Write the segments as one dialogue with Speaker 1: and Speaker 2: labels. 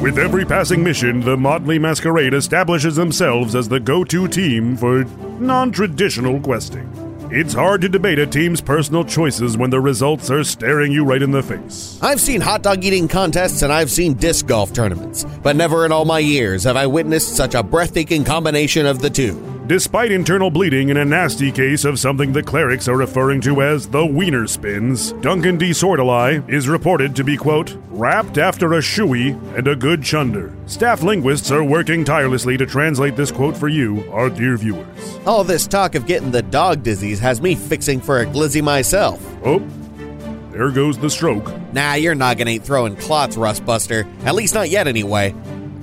Speaker 1: With every passing mission, the Motley Masquerade establishes themselves as the go to team for non traditional questing. It's hard to debate a team's personal choices when the results are staring you right in the face.
Speaker 2: I've seen hot dog eating contests and I've seen disc golf tournaments, but never in all my years have I witnessed such a breathtaking combination of the two.
Speaker 1: Despite internal bleeding in a nasty case of something the clerics are referring to as the wiener spins, Duncan D. Sordelai is reported to be, quote, wrapped after a shoey and a good chunder. Staff linguists are working tirelessly to translate this quote for you, our dear viewers.
Speaker 2: All this talk of getting the dog disease has me fixing for a glizzy myself.
Speaker 1: Oh, there goes the stroke.
Speaker 2: Nah, your noggin ain't throwing clots, Rustbuster. At least not yet, anyway.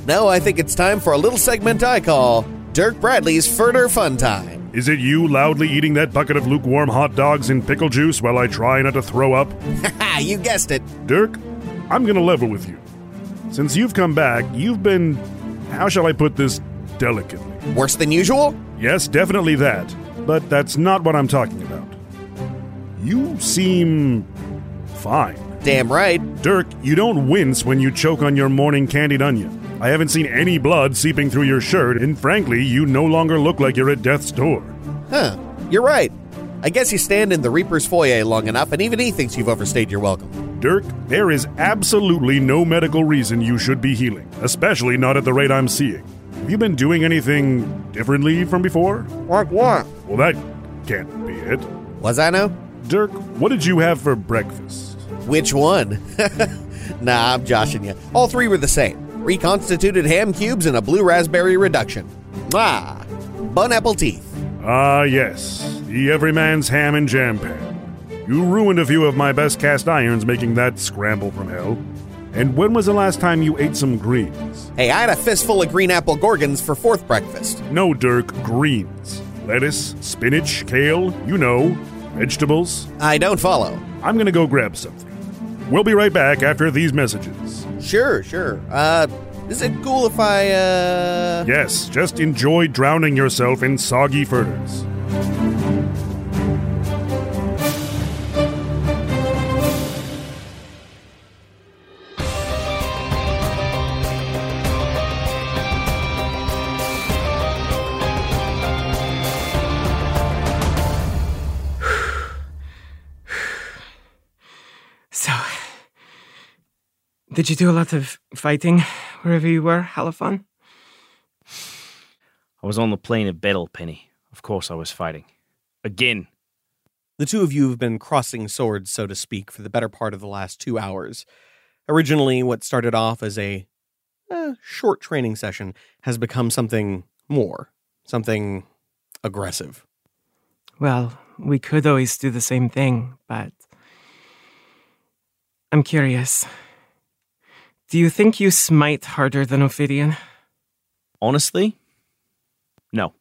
Speaker 2: Now I think it's time for a little segment I call Dirk Bradley's Further Fun Time.
Speaker 1: Is it you loudly eating that bucket of lukewarm hot dogs and pickle juice while I try not to throw up?
Speaker 2: Haha, you guessed it.
Speaker 1: Dirk, I'm gonna level with you. Since you've come back, you've been. how shall I put this delicately?
Speaker 2: Worse than usual?
Speaker 1: Yes, definitely that, but that's not what I'm talking about. You seem. fine.
Speaker 2: Damn right.
Speaker 1: Dirk, you don't wince when you choke on your morning candied onion. I haven't seen any blood seeping through your shirt, and frankly, you no longer look like you're at death's door.
Speaker 2: Huh, you're right. I guess you stand in the Reaper's foyer long enough, and even he thinks you've overstayed your welcome.
Speaker 1: Dirk, there is absolutely no medical reason you should be healing, especially not at the rate I'm seeing. Have you been doing anything differently from before?
Speaker 2: Like what?
Speaker 1: Well, that can't be it.
Speaker 2: Was I no?
Speaker 1: Dirk, what did you have for breakfast?
Speaker 2: Which one? nah, I'm joshing you. All three were the same reconstituted ham cubes and a blue raspberry reduction. Ah, bun apple teeth.
Speaker 1: Ah, yes, the Everyman's Ham and Jam Pan. You ruined a few of my best cast irons making that scramble from hell. And when was the last time you ate some greens?
Speaker 2: Hey, I had a fistful of green apple gorgons for fourth breakfast.
Speaker 1: No, Dirk, greens. Lettuce, spinach, kale, you know, vegetables.
Speaker 2: I don't follow.
Speaker 1: I'm gonna go grab something. We'll be right back after these messages.
Speaker 2: Sure, sure. Uh, is it cool if I, uh.
Speaker 1: Yes, just enjoy drowning yourself in soggy furs.
Speaker 3: So, did you do a lot of fighting wherever you were, Halifon?
Speaker 4: I was on the plane of battle, Penny. Of course I was fighting. Again.
Speaker 5: The two of you have been crossing swords, so to speak, for the better part of the last two hours. Originally, what started off as a eh, short training session has become something more, something aggressive.
Speaker 3: Well, we could always do the same thing, but. I'm curious. Do you think you smite harder than Ophidian?
Speaker 4: Honestly? No.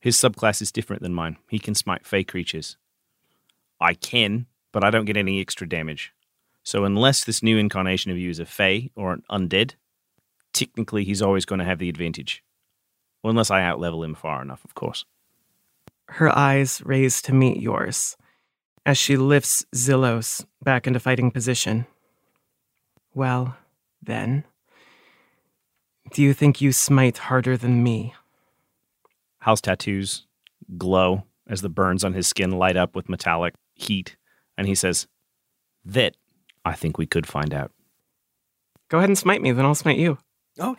Speaker 4: His subclass is different than mine. He can smite fey creatures. I can, but I don't get any extra damage. So unless this new incarnation of you is a fey or an undead, technically he's always going to have the advantage. Well, unless I outlevel him far enough, of course.
Speaker 3: Her eyes raise to meet yours as she lifts Zillos back into fighting position. Well, then, Do you think you smite harder than me?
Speaker 4: Hal's tattoos glow as the burns on his skin light up with metallic heat, and he says, That I think we could find out.
Speaker 3: Go ahead and smite me, then I'll smite you.
Speaker 6: Oh,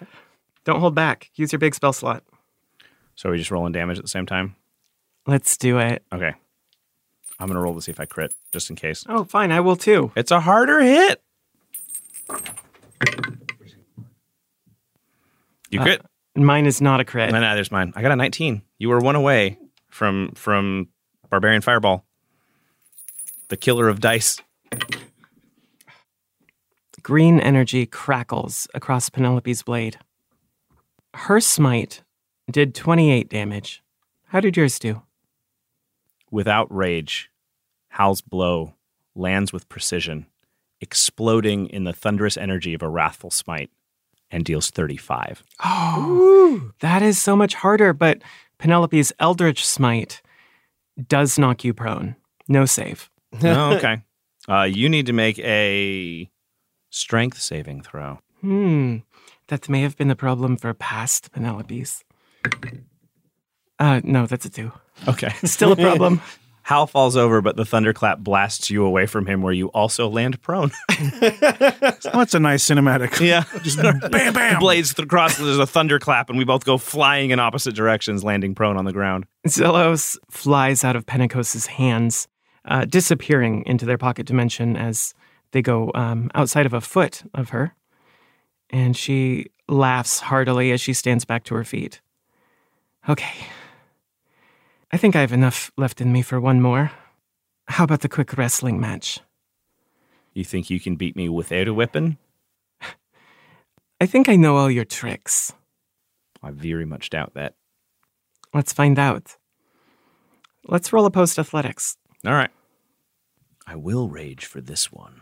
Speaker 3: Don't hold back. Use your big spell slot.
Speaker 4: So are we just rolling damage at the same time?
Speaker 3: Let's do it.
Speaker 4: Okay. I'm going to roll to see if I crit, just in case.
Speaker 3: Oh, fine. I will too.
Speaker 4: It's a harder hit. You crit?
Speaker 3: Uh, Mine is not a crit.
Speaker 4: no, no, there's mine. I got a 19. You were one away from from Barbarian Fireball, the killer of dice.
Speaker 3: Green energy crackles across Penelope's blade. Her smite did 28 damage. How did yours do?
Speaker 4: Without rage, Hal's blow lands with precision, exploding in the thunderous energy of a wrathful smite, and deals 35.
Speaker 3: Oh, that is so much harder, but Penelope's Eldritch Smite does knock you prone. No save.
Speaker 4: oh, okay. Uh, you need to make a strength saving throw.
Speaker 3: Hmm. That may have been the problem for past Penelope's. Uh, no, that's a two.
Speaker 4: Okay.
Speaker 3: Still a problem.
Speaker 4: Hal falls over, but the thunderclap blasts you away from him, where you also land prone.
Speaker 7: Oh, that's a nice cinematic.
Speaker 4: Yeah.
Speaker 7: Just bam, bam.
Speaker 4: Blades th- across, and there's a thunderclap, and we both go flying in opposite directions, landing prone on the ground.
Speaker 3: Zelos flies out of Pentecoste's hands, uh, disappearing into their pocket dimension as they go um, outside of a foot of her. And she laughs heartily as she stands back to her feet. Okay. I think I have enough left in me for one more. How about the quick wrestling match?
Speaker 4: You think you can beat me without a weapon?
Speaker 3: I think I know all your tricks.
Speaker 4: I very much doubt that.
Speaker 3: Let's find out. Let's roll a post athletics.
Speaker 4: All right. I will rage for this one.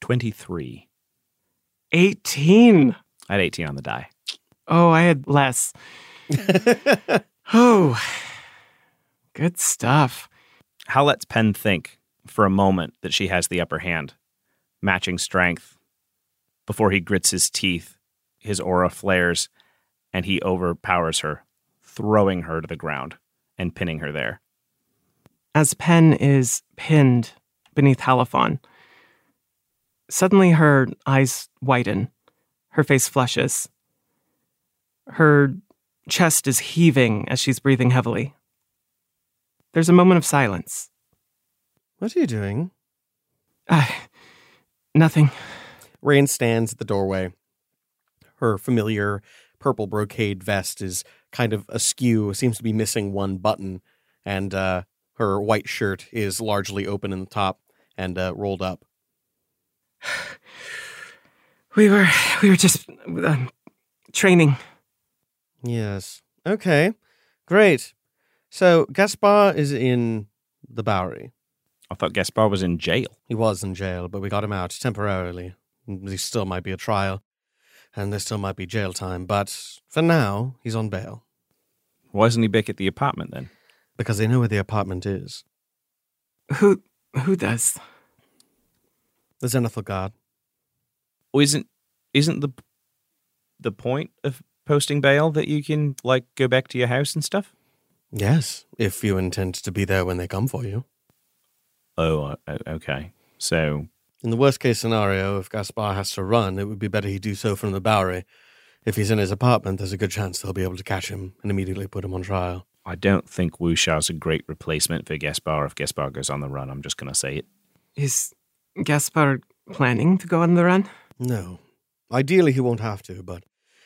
Speaker 4: Twenty-three.
Speaker 3: 18.
Speaker 4: I had eighteen on the die.
Speaker 3: Oh, I had less. oh, good stuff.
Speaker 4: How lets Penn think for a moment that she has the upper hand, matching strength. Before he grits his teeth, his aura flares, and he overpowers her, throwing her to the ground and pinning her there.
Speaker 3: As Pen is pinned beneath Halifon, suddenly her eyes widen, her face flushes, her chest is heaving as she's breathing heavily. There's a moment of silence.
Speaker 6: what are you doing?
Speaker 3: Ah, nothing.
Speaker 6: Rain stands at the doorway. Her familiar purple brocade vest is kind of askew, seems to be missing one button, and uh, her white shirt is largely open in the top and uh, rolled up.
Speaker 3: We were we were just um, training.
Speaker 6: Yes. Okay. Great. So Gaspar is in the Bowery.
Speaker 4: I thought Gaspar was in jail.
Speaker 6: He was in jail, but we got him out temporarily. There still might be a trial, and there still might be jail time, but for now, he's on bail
Speaker 4: Why isn't he back at the apartment then?
Speaker 6: because they know where the apartment is.
Speaker 3: Who who does?
Speaker 6: The Zenithal Guard.
Speaker 4: Well, isn't isn't the the point of posting bail that you can like go back to your house and stuff?
Speaker 6: Yes, if you intend to be there when they come for you.
Speaker 4: Oh, uh, okay. So
Speaker 6: In the worst case scenario, if Gaspar has to run, it would be better he do so from the Bowery. If he's in his apartment, there's a good chance they'll be able to catch him and immediately put him on trial.
Speaker 4: I don't think Wu Xiao's a great replacement for Gaspar if Gaspar goes on the run. I'm just going to say it.
Speaker 3: Is Gaspar planning to go on the run?
Speaker 6: No. Ideally, he won't have to, but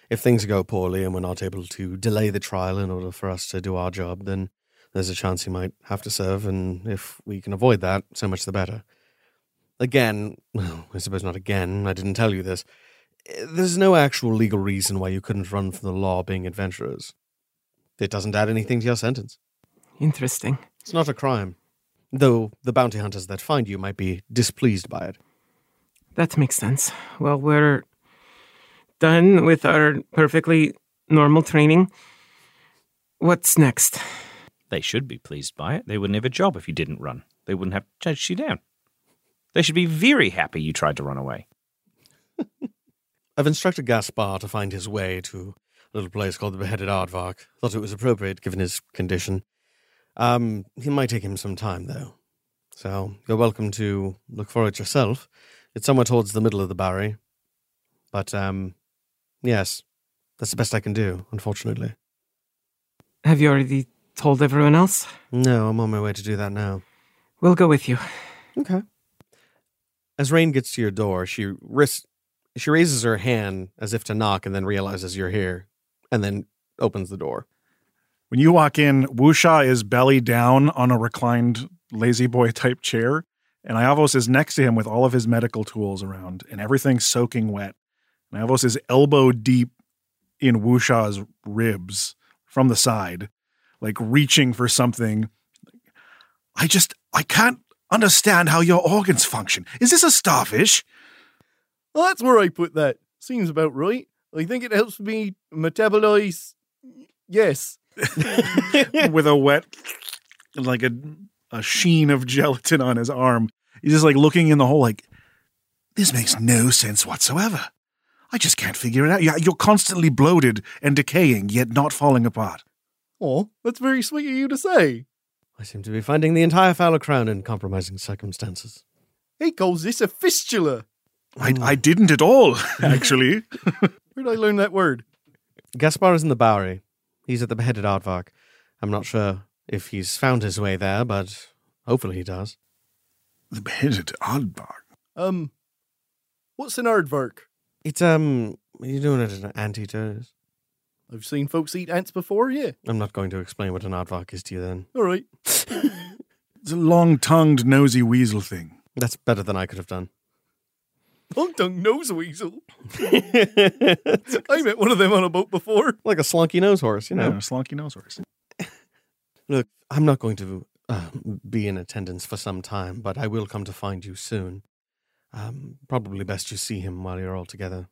Speaker 6: if things go poorly and we're not able to delay the trial in order for us to do our job, then there's a chance he might have to serve, and if we can avoid that, so much the better. Again, well, I suppose not again, I didn't tell you this. eh, There's no actual legal reason why you couldn't run from the law being adventurers. It doesn't add anything to your sentence.
Speaker 3: Interesting.
Speaker 6: It's not a crime. Though the bounty hunters that find you might be displeased by it.
Speaker 3: That makes sense. Well, we're done with our perfectly normal training. What's next?
Speaker 4: They should be pleased by it. They wouldn't have a job if you didn't run. They wouldn't have to chase you down. They should be very happy you tried to run away.
Speaker 6: I've instructed Gaspar to find his way to a little place called the Beheaded Aardvark. Thought it was appropriate given his condition. Um, it might take him some time, though. So you're welcome to look for it yourself. It's somewhere towards the middle of the barry. But, um, yes, that's the best I can do, unfortunately.
Speaker 3: Have you already told everyone else?
Speaker 6: No, I'm on my way to do that now.
Speaker 3: We'll go with you.
Speaker 6: Okay. As Rain gets to your door, she ris- she raises her hand as if to knock and then realizes you're here and then opens the door.
Speaker 7: When you walk in, Wusha is belly down on a reclined lazy boy type chair, and Iavos is next to him with all of his medical tools around and everything soaking wet. And Iavos is elbow deep in Wusha's ribs from the side, like reaching for something. I just, I can't understand how your organs function. Is this a starfish?
Speaker 8: Well, that's where I put that. Seems about right. I think it helps me metabolize. Yes.
Speaker 7: with a wet, like a a sheen of gelatin on his arm. He's just like looking in the hole, like this makes no sense whatsoever. I just can't figure it out. Yeah, you're constantly bloated and decaying, yet not falling apart.
Speaker 8: Oh, that's very sweet of you to say.
Speaker 6: I seem to be finding the entire fallow crown in compromising circumstances.
Speaker 8: He calls this a fistula.
Speaker 7: I, I didn't at all, actually.
Speaker 8: Where did I learn that word?
Speaker 6: Gaspar is in the Bowery. He's at the beheaded Aardvark. I'm not sure if he's found his way there, but hopefully he does.
Speaker 7: the beheaded Aardvark.
Speaker 8: Um, what's an aardvark?
Speaker 6: It's, um, you're doing it as an antidote.
Speaker 8: I've seen folks eat ants before, yeah.
Speaker 6: I'm not going to explain what an Aardvark is to you then.
Speaker 8: All right.
Speaker 7: It's a long tongued, nosy weasel thing.
Speaker 6: That's better than I could have done.
Speaker 8: Long tongue nose weasel. I met one of them on a boat before.
Speaker 6: Like a slunky nose horse, you
Speaker 7: You know,
Speaker 6: know.
Speaker 7: slunky nose horse.
Speaker 6: Look, I'm not going to uh, be in attendance for some time, but I will come to find you soon. Um, probably best you see him while you're all together.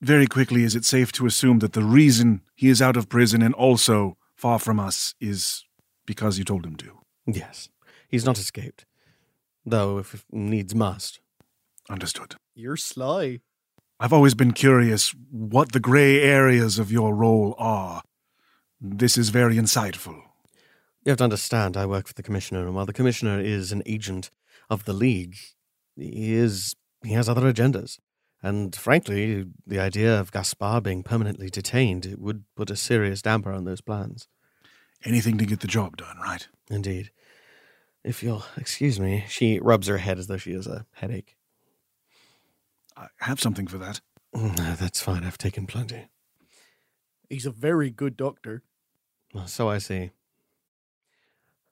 Speaker 7: Very quickly, is it safe to assume that the reason he is out of prison and also far from us is because you told him to?
Speaker 6: Yes, he's not escaped, though if needs must.
Speaker 7: Understood.
Speaker 8: You're sly.
Speaker 7: I've always been curious what the gray areas of your role are. This is very insightful.
Speaker 6: You have to understand, I work for the commissioner, and while the commissioner is an agent of the league, he is he has other agendas. And frankly, the idea of Gaspar being permanently detained it would put a serious damper on those plans.
Speaker 7: Anything to get the job done, right?
Speaker 6: Indeed. If you'll excuse me, she rubs her head as though she has a headache.
Speaker 7: I have something for that.
Speaker 6: Mm, No, that's fine. I've taken plenty.
Speaker 8: He's a very good doctor.
Speaker 6: Well, so I see.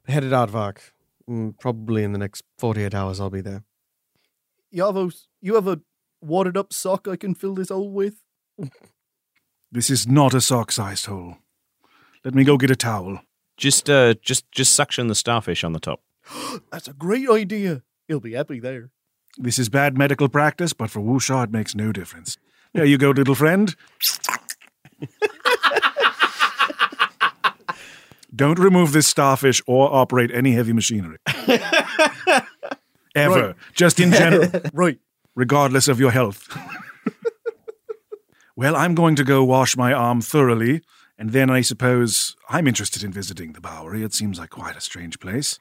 Speaker 6: Headed Aardvark. Mm, Probably in the next 48 hours, I'll be there.
Speaker 8: Yavos, you have a wadded up sock I can fill this hole with?
Speaker 7: This is not a sock sized hole. Let me go get a towel.
Speaker 4: Just, uh, just, just suction the starfish on the top.
Speaker 8: That's a great idea. He'll be happy there.
Speaker 7: This is bad medical practice, but for Wusha it makes no difference. There you go, little friend. Don't remove this starfish or operate any heavy machinery. Ever. Just in general.
Speaker 8: Right.
Speaker 7: regardless of your health. well, I'm going to go wash my arm thoroughly, and then I suppose I'm interested in visiting the Bowery. It seems like quite a strange place.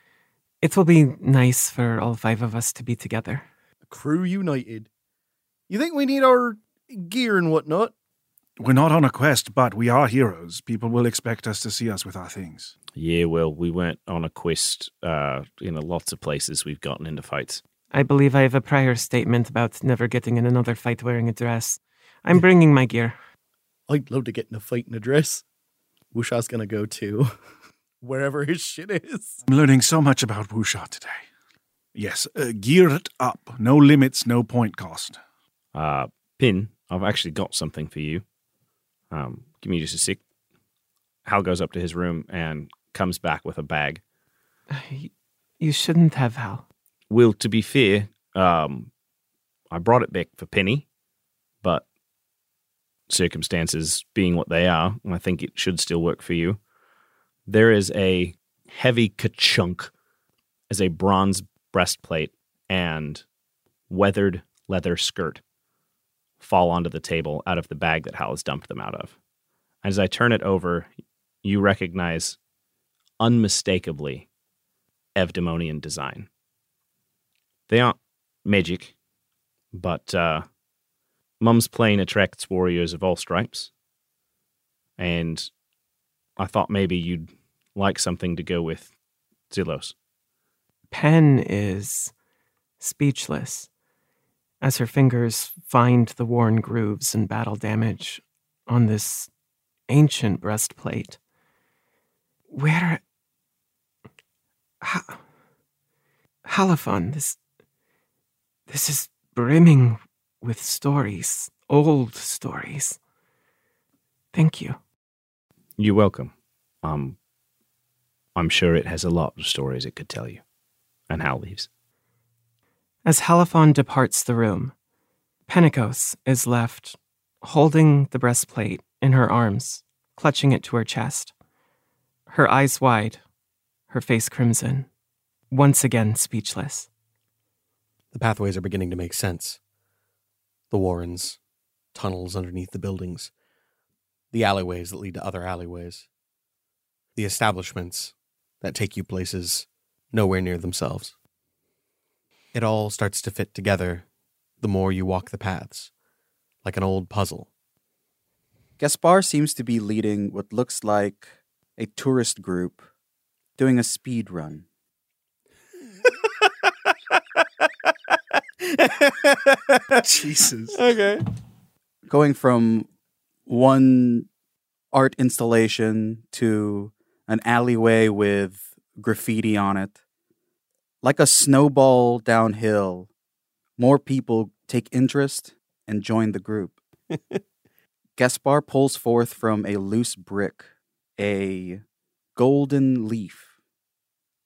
Speaker 3: It will be nice for all five of us to be together.
Speaker 8: Crew United. You think we need our gear and whatnot?
Speaker 7: We're not on a quest, but we are heroes. People will expect us to see us with our things.
Speaker 4: Yeah, well, we weren't on a quest. Uh, you know, lots of places we've gotten into fights.
Speaker 3: I believe I have a prior statement about never getting in another fight wearing a dress. I'm bringing my gear.
Speaker 8: I'd love to get in a fight in a dress. Wish I was going to go to wherever his shit is.
Speaker 7: I'm learning so much about Wusha today. Yes, uh, gear it up. No limits, no point cost.
Speaker 4: Uh, Pin, I've actually got something for you. Um, give me just a sec. Hal goes up to his room and comes back with a bag.
Speaker 3: You shouldn't have, Hal.
Speaker 4: Well, to be fair, um, I brought it back for Penny, but circumstances being what they are, I think it should still work for you. There is a heavy ka-chunk as a bronze breastplate and weathered leather skirt fall onto the table out of the bag that Hal has dumped them out of. As I turn it over, you recognize unmistakably Evdemonian design. They aren't magic, but uh, Mum's plane attracts warriors of all stripes. And I thought maybe you'd like something to go with Zillos.
Speaker 3: Pen is speechless as her fingers find the worn grooves and battle damage on this ancient breastplate. Where. Ha- Halifon, this. This is brimming with stories, old stories. Thank you.
Speaker 4: You're welcome. Um, I'm sure it has a lot of stories it could tell you. And Hal leaves.
Speaker 3: As Halifon departs the room, Pentecost is left holding the breastplate in her arms, clutching it to her chest, her eyes wide, her face crimson, once again speechless.
Speaker 5: The pathways are beginning to make sense. The warrens, tunnels underneath the buildings, the alleyways that lead to other alleyways, the establishments that take you places nowhere near themselves. It all starts to fit together the more you walk the paths, like an old puzzle.
Speaker 9: Gaspar seems to be leading what looks like a tourist group doing a speed run.
Speaker 7: Jesus.
Speaker 5: Okay.
Speaker 9: going from one art installation to an alleyway with graffiti on it like a snowball downhill more people take interest and join the group gaspar pulls forth from a loose brick a golden leaf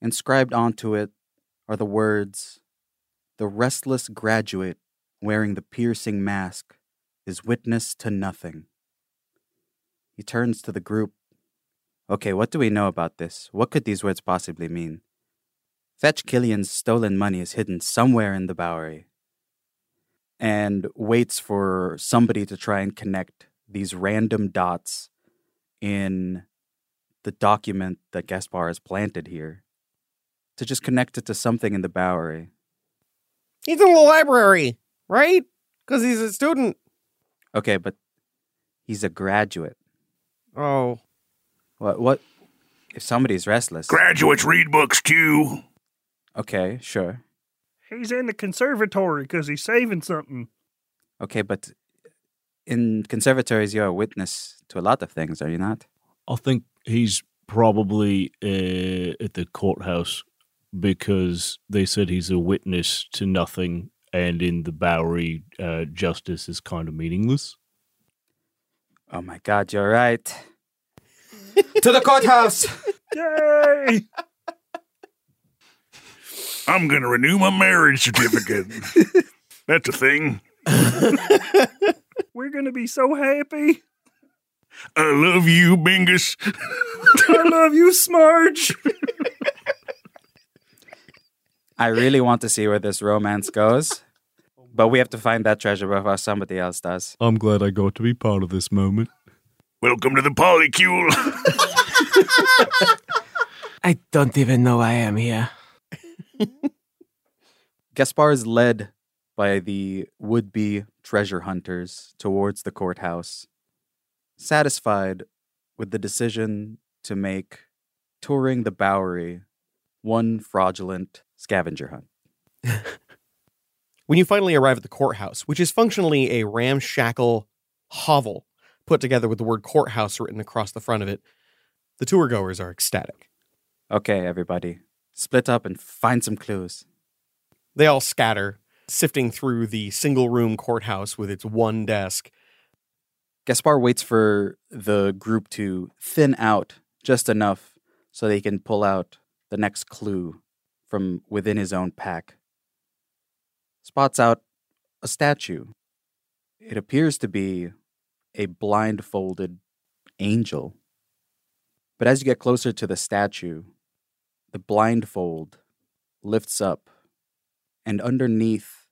Speaker 9: inscribed onto it are the words the restless graduate wearing the piercing mask is witness to nothing. He turns to the group. Okay, what do we know about this? What could these words possibly mean? Fetch Killian's stolen money is hidden somewhere in the Bowery. And waits for somebody to try and connect these random dots in the document that Gaspar has planted here to just connect it to something in the Bowery.
Speaker 5: He's in the library, right? Because he's a student.
Speaker 9: Okay, but he's a graduate.
Speaker 5: Oh.
Speaker 9: What? What? If somebody's restless.
Speaker 10: Graduates read books too.
Speaker 9: okay, sure.
Speaker 10: He's in the conservatory because he's saving something.
Speaker 9: Okay, but in conservatories, you're a witness to a lot of things, are you not?
Speaker 11: I think he's probably uh, at the courthouse because they said he's a witness to nothing, and in the Bowery, uh, justice is kind of meaningless.
Speaker 9: Oh my God, you're right. to the courthouse.
Speaker 10: Yay!
Speaker 11: I'm gonna renew my marriage certificate. That's a thing.
Speaker 10: We're gonna be so happy.
Speaker 11: I love you, Bingus.
Speaker 10: I love you, Smarge.
Speaker 9: I really want to see where this romance goes, but we have to find that treasure before somebody else does.
Speaker 11: I'm glad I got to be part of this moment.
Speaker 10: Welcome to the polycule.
Speaker 3: I don't even know I am here.
Speaker 9: Gaspar is led by the would be treasure hunters towards the courthouse, satisfied with the decision to make touring the Bowery one fraudulent scavenger hunt.
Speaker 5: When you finally arrive at the courthouse, which is functionally a ramshackle hovel put together with the word courthouse written across the front of it, the tour goers are ecstatic.
Speaker 9: Okay, everybody, split up and find some clues.
Speaker 5: They all scatter, sifting through the single room courthouse with its one desk.
Speaker 9: Gaspar waits for the group to thin out just enough so they can pull out the next clue from within his own pack. Spots out a statue. It appears to be a blindfolded angel. But as you get closer to the statue, the blindfold lifts up, and underneath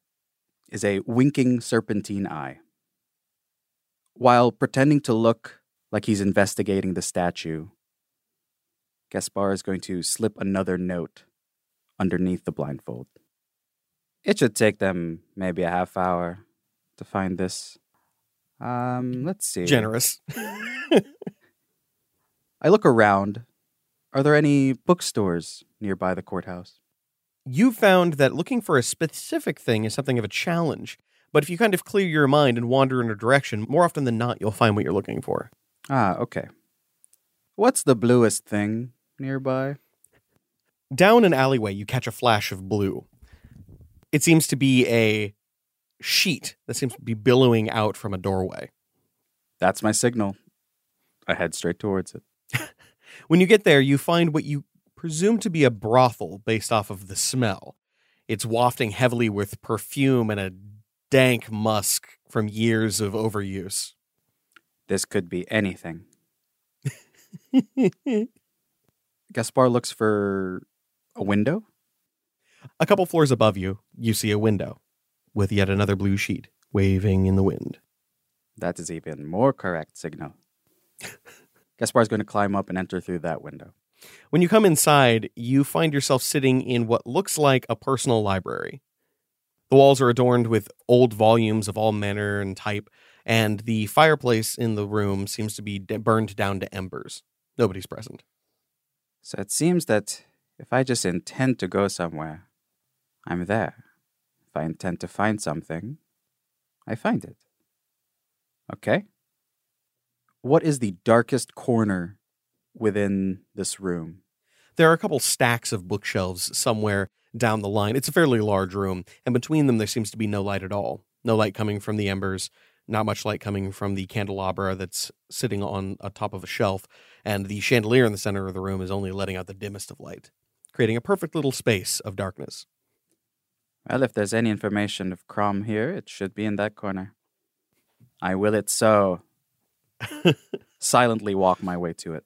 Speaker 9: is a winking serpentine eye. While pretending to look like he's investigating the statue, Gaspar is going to slip another note underneath the blindfold. It should take them maybe a half hour to find this. Um, let's see.
Speaker 5: Generous.
Speaker 9: I look around. Are there any bookstores nearby the courthouse?
Speaker 5: you found that looking for a specific thing is something of a challenge. But if you kind of clear your mind and wander in a direction, more often than not, you'll find what you're looking for.
Speaker 9: Ah, okay. What's the bluest thing nearby?
Speaker 5: Down an alleyway, you catch a flash of blue. It seems to be a sheet that seems to be billowing out from a doorway.
Speaker 9: That's my signal. I head straight towards it.
Speaker 5: When you get there, you find what you presume to be a brothel based off of the smell. It's wafting heavily with perfume and a dank musk from years of overuse.
Speaker 9: This could be anything. Gaspar looks for a window.
Speaker 5: A couple floors above you, you see a window with yet another blue sheet waving in the wind.
Speaker 9: That is even more correct signal. Gaspar is going to climb up and enter through that window.
Speaker 5: When you come inside, you find yourself sitting in what looks like a personal library. The walls are adorned with old volumes of all manner and type, and the fireplace in the room seems to be d- burned down to embers. Nobody's present.
Speaker 9: So it seems that if I just intend to go somewhere, I'm there. If I intend to find something, I find it. Okay? What is the darkest corner within this room?
Speaker 5: There are a couple stacks of bookshelves somewhere down the line. It's a fairly large room, and between them, there seems to be no light at all. No light coming from the embers, not much light coming from the candelabra that's sitting on a top of a shelf, and the chandelier in the center of the room is only letting out the dimmest of light, creating a perfect little space of darkness.
Speaker 9: Well, if there's any information of Crom here, it should be in that corner. I will it so. Silently walk my way to it.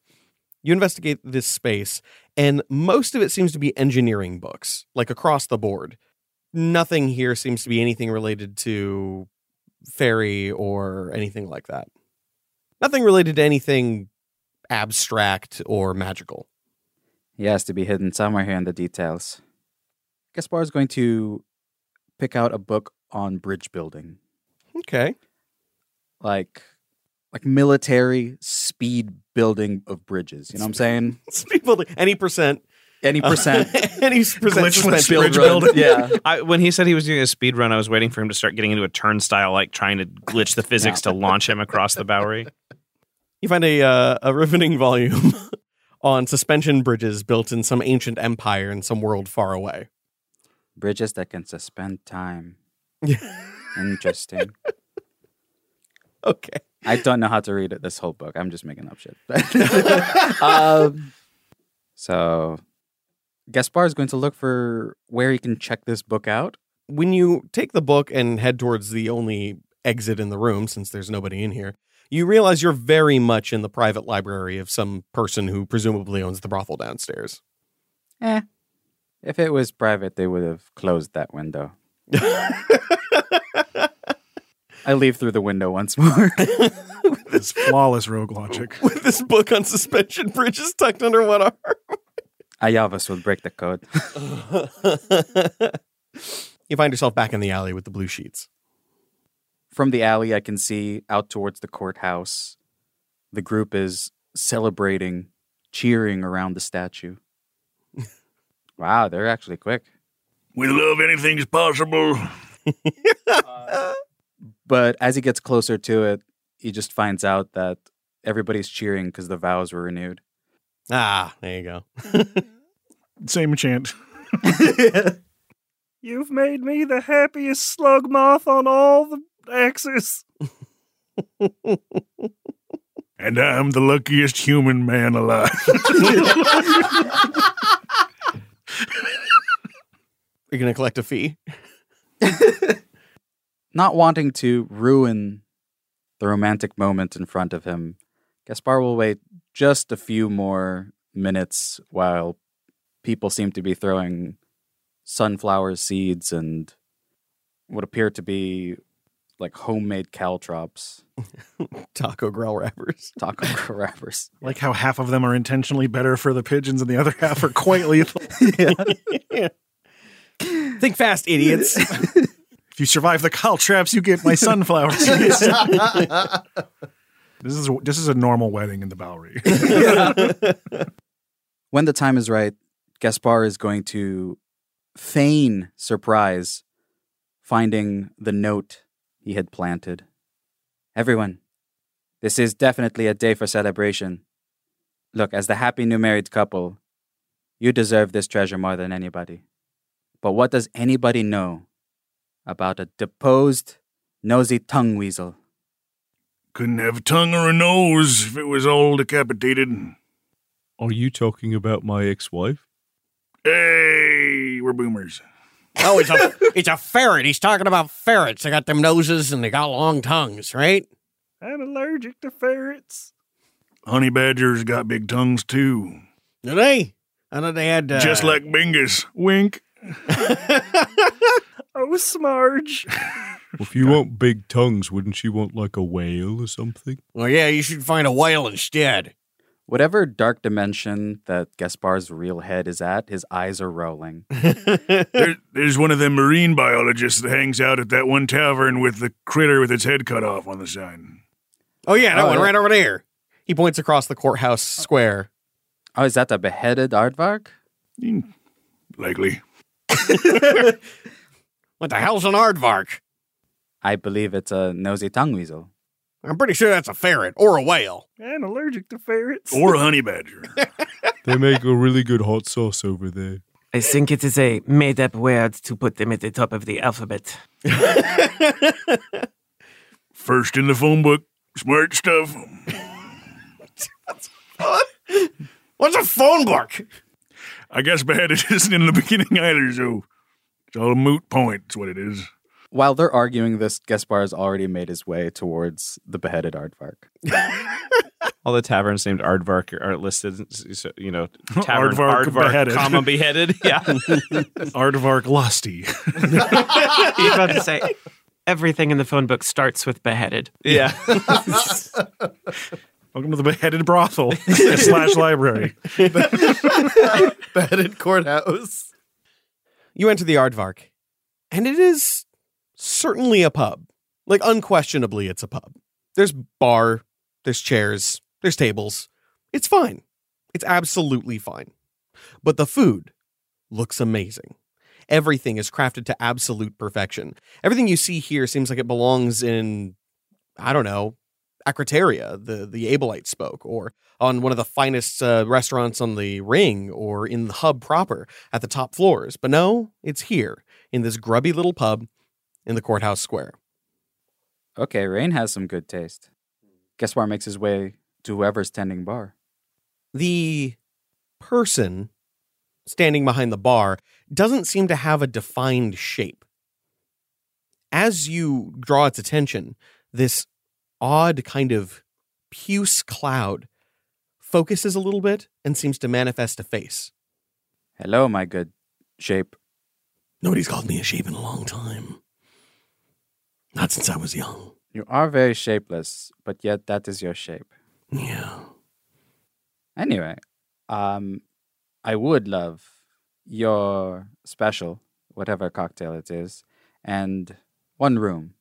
Speaker 5: You investigate this space, and most of it seems to be engineering books, like across the board. Nothing here seems to be anything related to fairy or anything like that. Nothing related to anything abstract or magical.
Speaker 9: He has to be hidden somewhere here in the details. Gaspar is going to pick out a book on bridge building,
Speaker 5: Okay.
Speaker 9: like like military speed building of bridges. You know what I'm saying?
Speaker 5: Speed building, any percent.
Speaker 9: Any percent.
Speaker 5: uh, any percent.
Speaker 7: Glitchless
Speaker 5: spent
Speaker 7: bridge
Speaker 5: build.
Speaker 7: building.
Speaker 9: yeah.
Speaker 4: I, when he said he was doing a speed run, I was waiting for him to start getting into a turnstile, like trying to glitch the physics to launch him across the Bowery.
Speaker 5: You find a uh, a riveting volume on suspension bridges built in some ancient empire in some world far away.
Speaker 9: Bridges that can suspend time. Interesting.
Speaker 5: okay.
Speaker 9: I don't know how to read it, this whole book. I'm just making up shit. um, so Gaspar is going to look for where he can check this book out.
Speaker 5: when you take the book and head towards the only exit in the room, since there's nobody in here, you realize you're very much in the private library of some person who presumably owns the brothel downstairs.
Speaker 9: Eh. If it was private, they would have closed that window. I leave through the window once more.
Speaker 7: It's flawless rogue logic.
Speaker 5: With this book on suspension bridges tucked under one arm.
Speaker 9: Ayavas will break the code.
Speaker 5: you find yourself back in the alley with the blue sheets.
Speaker 9: From the alley, I can see out towards the courthouse. The group is celebrating, cheering around the statue. wow, they're actually quick.
Speaker 11: We love anything's possible.
Speaker 9: But as he gets closer to it, he just finds out that everybody's cheering because the vows were renewed.
Speaker 5: Ah, there you go.
Speaker 7: Same chant.
Speaker 10: You've made me the happiest slug moth on all the axis.
Speaker 1: And I'm the luckiest human man alive.
Speaker 5: You're going to collect a fee.
Speaker 9: Not wanting to ruin the romantic moment in front of him, Gaspar will wait just a few more minutes while people seem to be throwing sunflower seeds and what appear to be like homemade caltrops,
Speaker 5: taco grill wrappers,
Speaker 9: taco grill wrappers.
Speaker 7: Like how half of them are intentionally better for the pigeons and the other half are quite lethal.
Speaker 5: Think fast, idiots.
Speaker 7: If you survive the cow traps, you get my sunflower seeds. this is this is a normal wedding in the Bowery.
Speaker 9: When the time is right, Gaspar is going to feign surprise finding the note he had planted. Everyone, this is definitely a day for celebration. Look, as the happy new married couple, you deserve this treasure more than anybody. But what does anybody know about a deposed, nosy tongue weasel?
Speaker 1: Couldn't have a tongue or a nose if it was all decapitated.
Speaker 11: Are you talking about my ex-wife?
Speaker 1: Hey, we're boomers.
Speaker 5: oh, it's a it's a ferret. He's talking about ferrets. They got them noses and they got long tongues, right?
Speaker 10: I'm allergic to ferrets.
Speaker 1: Honey badgers got big tongues too.
Speaker 5: Do they? I know they had uh,
Speaker 1: Just like Bingus. Wink.
Speaker 10: Oh, Smarge.
Speaker 11: If you want big tongues, wouldn't you want like a whale or something?
Speaker 5: Well, yeah, you should find a whale instead.
Speaker 9: Whatever dark dimension that Gaspar's real head is at, his eyes are rolling.
Speaker 1: There, there's one of them marine biologists that hangs out at that one tavern with the critter with its head cut off on the sign.
Speaker 5: Oh yeah, that
Speaker 9: Oh,
Speaker 5: one
Speaker 9: yeah.
Speaker 5: right over there. He points across the courthouse square.
Speaker 9: Oh, is that a beheaded aardvark?
Speaker 1: Likely.
Speaker 5: What the hell's an aardvark?
Speaker 9: I believe it's a nosy tongue weasel.
Speaker 5: I'm pretty sure that's a ferret or a whale.
Speaker 10: I'm allergic to ferrets.
Speaker 1: Or a honey badger.
Speaker 11: They make a really good hot sauce over there.
Speaker 3: I think it is a made up word to put them at the top of the alphabet.
Speaker 1: First in the phone book. Smart stuff.
Speaker 6: Oh,
Speaker 5: What's a phone book?
Speaker 1: I guess beheaded isn't in the beginning either, so it's all a moot point. It's what it is.
Speaker 9: While they're arguing this, Gaspar has already made his way towards the beheaded aardvark.
Speaker 4: All the taverns named Aardvark are listed, so, you know, tavern
Speaker 7: Aardvark
Speaker 4: Aardvark,
Speaker 7: beheaded.
Speaker 4: comma beheaded. Yeah.
Speaker 7: Aardvark Lusty.
Speaker 3: You're about to say everything in the phone book starts with beheaded.
Speaker 4: yeah.
Speaker 7: Welcome to the beheaded brothel slash library.
Speaker 8: Beheaded courthouse.
Speaker 5: You enter the aardvark, and it is certainly a pub. Like unquestionably, it's a pub. There's bar, there's chairs, there's tables. It's fine. It's absolutely fine. But the food looks amazing. Everything is crafted to absolute perfection. Everything you see here seems like it belongs in, I don't know, Akrataria, the, the Abelite spoke, or on one of the finest uh, restaurants on the ring, or in the hub proper at the top floors. But no, it's here in this grubby little pub in the courthouse square.
Speaker 9: Okay, Rain has some good taste. Gaspar makes his way to whoever's tending bar.
Speaker 5: the person standing behind the bar doesn't seem to have a defined shape. As you draw its attention, this odd kind of puce cloud focuses a little bit and seems to manifest a face.
Speaker 9: Hello, my good shape.
Speaker 5: Nobody's called me a shape in a long time. Not since I was young.
Speaker 9: You are very shapeless, but yet that is your shape.
Speaker 5: Yeah.
Speaker 9: Anyway, um, I would love your special, whatever cocktail it is, and one room.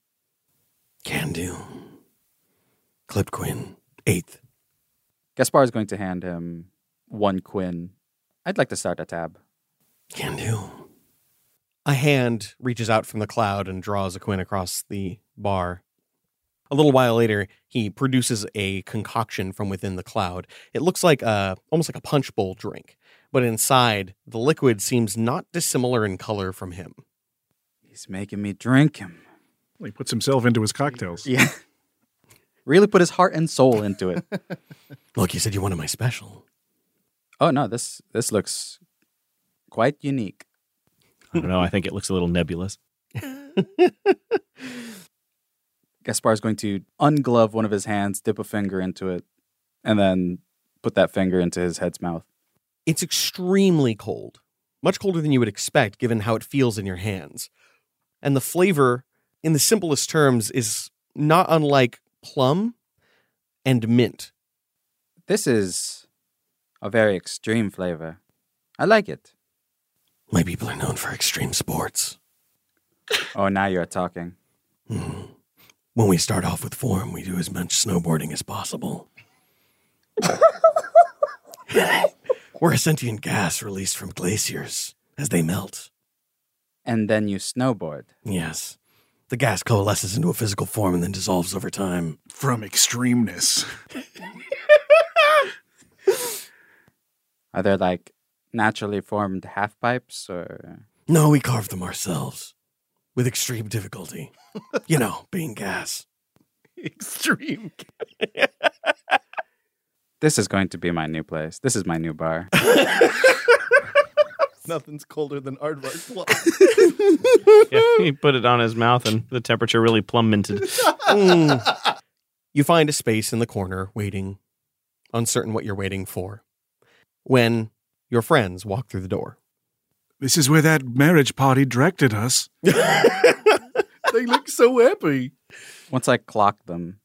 Speaker 5: Can do. Clipped Quinn, eighth.
Speaker 9: Gaspar is going to hand him one quin. I'd like to start a tab.
Speaker 5: Can do. A hand reaches out from the cloud and draws a coin across the bar. A little while later, he produces a concoction from within the cloud. It looks like a almost like a punch bowl drink, but inside, the liquid seems not dissimilar in color from him.
Speaker 9: He's making me drink him.
Speaker 7: He puts himself into his cocktails.
Speaker 9: Yeah. really put his heart and soul into it.
Speaker 5: Look, you said you wanted my special.
Speaker 9: oh no, this this looks quite unique.
Speaker 4: I don't know. I think it looks a little nebulous.
Speaker 9: Gaspar's going to unglove one of his hands, dip a finger into it, and then put that finger into his head's mouth.
Speaker 5: It's extremely cold, much colder than you would expect given how it feels in your hands. And the flavor, in the simplest terms, is not unlike plum and mint.
Speaker 9: This is a very extreme flavor. I like it.
Speaker 5: My people are known for extreme sports.
Speaker 9: Oh, now you're talking.
Speaker 5: When we start off with form, we do as much snowboarding as possible. We're a sentient gas released from glaciers as they melt.
Speaker 9: And then you snowboard.
Speaker 5: Yes. The gas coalesces into a physical form and then dissolves over time.
Speaker 7: From extremeness.
Speaker 9: Are there like naturally formed half pipes or
Speaker 5: No, we carve them ourselves with extreme difficulty. you know, being gas.
Speaker 8: Extreme.
Speaker 9: this is going to be my new place. This is my new bar.
Speaker 8: Nothing's colder than aardvark's blood.
Speaker 4: Yeah, he put it on his mouth and the temperature really plummeted.
Speaker 5: Mm. You find a space in the corner, waiting, uncertain what you're waiting for, when your friends walk through the door.
Speaker 7: This is where that marriage party directed us.
Speaker 8: they look so happy.
Speaker 9: Once I clock them,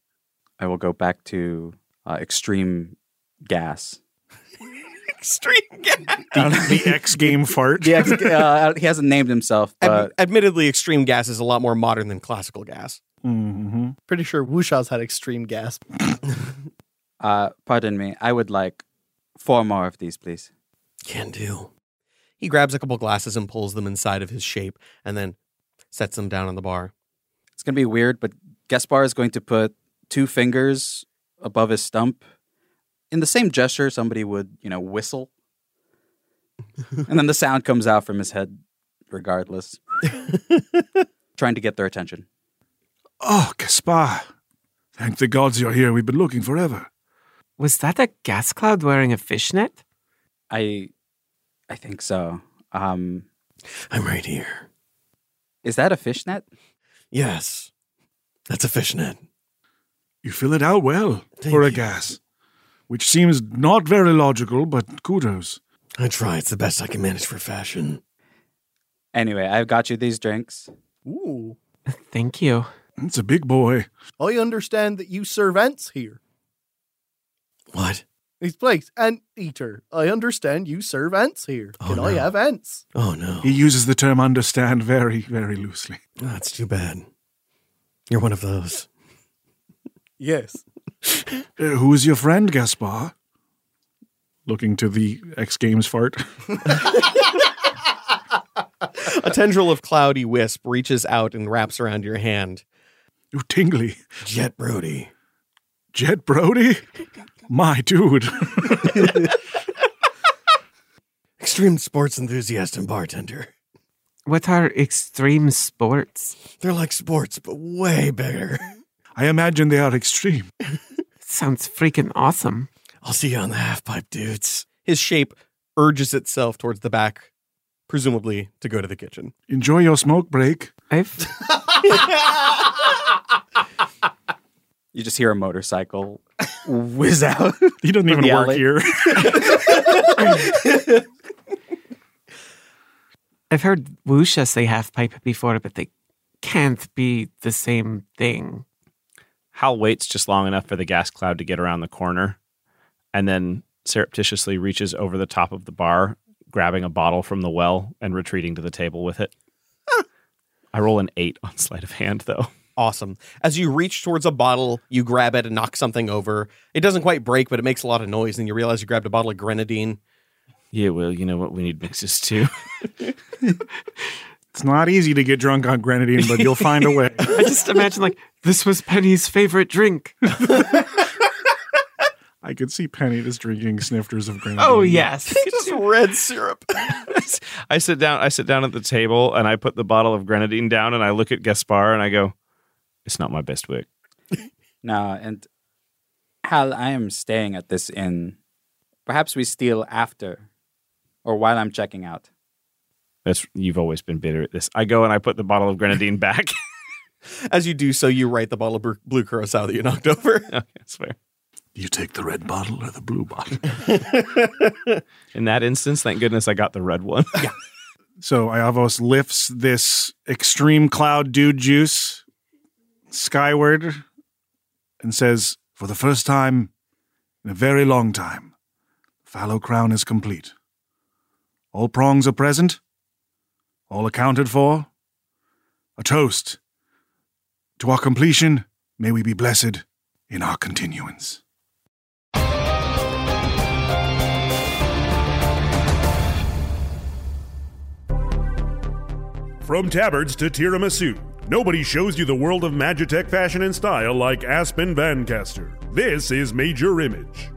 Speaker 9: I will go back to uh, extreme gas.
Speaker 5: Extreme gas.
Speaker 7: the X game fart.
Speaker 9: The ex- uh, he hasn't named himself, but
Speaker 5: admittedly, extreme gas is a lot more modern than classical gas.
Speaker 7: hmm
Speaker 8: Pretty sure Wusha's had extreme gasp.
Speaker 9: uh, pardon me. I would like four more of these, please.
Speaker 5: Can do. He grabs a couple glasses and pulls them inside of his shape and then sets them down on the bar.
Speaker 9: It's going to be weird, but Gaspar is going to put two fingers above his stump. In the same gesture, somebody would, you know, whistle. and then the sound comes out from his head, regardless, trying to get their attention.
Speaker 7: Oh, Gaspar. Thank the gods you're here. We've been looking forever.
Speaker 3: Was that a gas cloud wearing a fishnet?
Speaker 9: I, I think so. Um,
Speaker 5: I'm right here.
Speaker 9: is that a fishnet?
Speaker 5: Yes. That's a fishnet.
Speaker 7: You fill it out well
Speaker 5: Thank
Speaker 7: for a
Speaker 5: you.
Speaker 7: gas, which seems not very logical, but kudos.
Speaker 5: I try. It's the best I can manage for fashion.
Speaker 9: Anyway, I've got you these drinks.
Speaker 8: Ooh.
Speaker 3: Thank you.
Speaker 7: It's a big boy.
Speaker 8: I understand that you servants here.
Speaker 5: What?
Speaker 8: This place, ant eater. I understand you serve ants here.
Speaker 5: Oh,
Speaker 8: Can I
Speaker 5: no.
Speaker 8: have ants?
Speaker 5: Oh, no.
Speaker 7: He uses the term understand very, very loosely.
Speaker 5: That's too bad. You're one of those.
Speaker 8: Yes.
Speaker 7: Uh, who is your friend, Gaspar? Looking to the X Games fart.
Speaker 5: A tendril of cloudy wisp reaches out and wraps around your hand.
Speaker 7: Ooh, tingly.
Speaker 5: Jet Brody.
Speaker 7: Jet Brody? My dude.
Speaker 5: Extreme sports enthusiast and bartender.
Speaker 3: What are extreme sports?
Speaker 5: They're like sports, but way better.
Speaker 7: I imagine they are extreme.
Speaker 3: Sounds freaking awesome.
Speaker 5: I'll see you on the half pipe, dudes. His shape urges itself towards the back, presumably to go to the kitchen.
Speaker 7: Enjoy your smoke break.
Speaker 3: I've
Speaker 9: You just hear a motorcycle whiz out.
Speaker 7: He doesn't even
Speaker 9: the
Speaker 7: work
Speaker 9: alley.
Speaker 7: here.
Speaker 3: I've heard Wusha say half pipe before, but they can't be the same thing.
Speaker 4: Hal waits just long enough for the gas cloud to get around the corner and then surreptitiously reaches over the top of the bar, grabbing a bottle from the well and retreating to the table with it. I roll an eight on sleight of hand, though.
Speaker 5: Awesome. As you reach towards a bottle, you grab it and knock something over. It doesn't quite break, but it makes a lot of noise, and you realize you grabbed a bottle of grenadine.
Speaker 4: Yeah, well, you know what? We need mixes too.
Speaker 7: It's not easy to get drunk on grenadine, but you'll find a way.
Speaker 3: I just imagine like this was Penny's favorite drink.
Speaker 7: I could see Penny just drinking snifters of grenadine.
Speaker 3: Oh yes.
Speaker 5: red syrup.
Speaker 4: I sit down. I sit down at the table and I put the bottle of grenadine down and I look at Gaspar and I go, "It's not my best work."
Speaker 9: No, and Hal, I am staying at this inn. Perhaps we steal after or while I'm checking out.
Speaker 4: That's you've always been bitter at this. I go and I put the bottle of grenadine back.
Speaker 5: As you do so, you right the bottle of br- blue curacao that you knocked over.
Speaker 4: okay, that's fair.
Speaker 7: You take the red bottle or the blue bottle.
Speaker 4: In that instance, thank goodness I got the red one.
Speaker 7: So Iavos lifts this extreme cloud dude juice skyward and says, For the first time in a very long time, the fallow crown is complete. All prongs are present, all accounted for. A toast. To our completion, may we be blessed in our continuance.
Speaker 1: From tabards to tiramisu, nobody shows you the world of Magitech fashion and style like Aspen Vancaster. This is Major Image.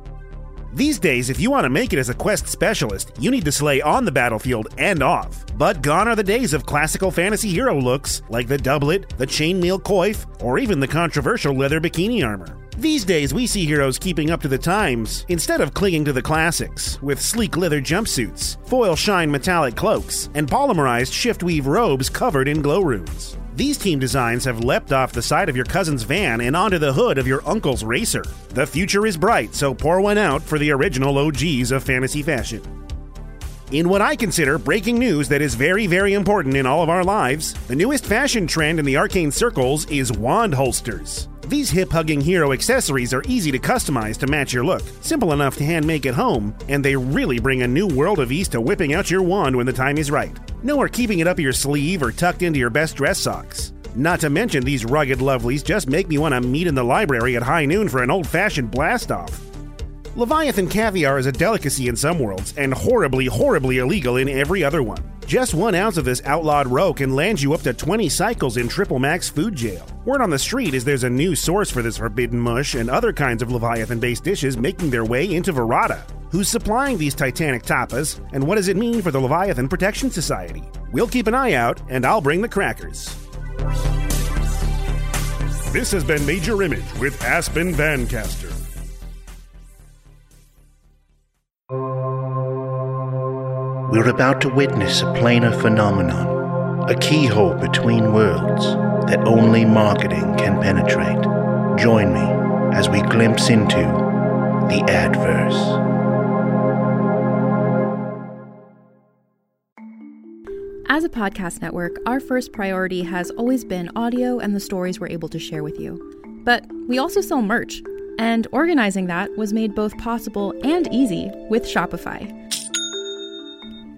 Speaker 12: These days, if you want to make it as a quest specialist, you need to slay on the battlefield and off. But gone are the days of classical fantasy hero looks like the doublet, the chainmail coif, or even the controversial leather bikini armor. These days, we see heroes keeping up to the times instead of clinging to the classics, with sleek leather jumpsuits, foil shine metallic cloaks, and polymerized shift weave robes covered in glow runes. These team designs have leapt off the side of your cousin's van and onto the hood of your uncle's racer. The future is bright, so pour one out for the original OGs of fantasy fashion. In what I consider breaking news that is very, very important in all of our lives, the newest fashion trend in the arcane circles is wand holsters. These hip hugging hero accessories are easy to customize to match your look, simple enough to hand make at home, and they really bring a new world of ease to whipping out your wand when the time is right. No more keeping it up your sleeve or tucked into your best dress socks. Not to mention, these rugged lovelies just make me want to meet in the library at high noon for an old fashioned blast off. Leviathan caviar is a delicacy in some worlds and horribly, horribly illegal in every other one. Just one ounce of this outlawed roe can land you up to 20 cycles in triple max food jail. Word on the street is there's a new source for this forbidden mush and other kinds of Leviathan based dishes making their way into Verada. Who's supplying these titanic tapas, and what does it mean for the Leviathan Protection Society? We'll keep an eye out, and I'll bring the crackers.
Speaker 1: This has been Major Image with Aspen Vancaster.
Speaker 13: We're about to witness a planar phenomenon, a keyhole between worlds that only marketing can penetrate. Join me as we glimpse into the adverse.
Speaker 14: As a podcast network, our first priority has always been audio and the stories we're able to share with you. But we also sell merch, and organizing that was made both possible and easy with Shopify.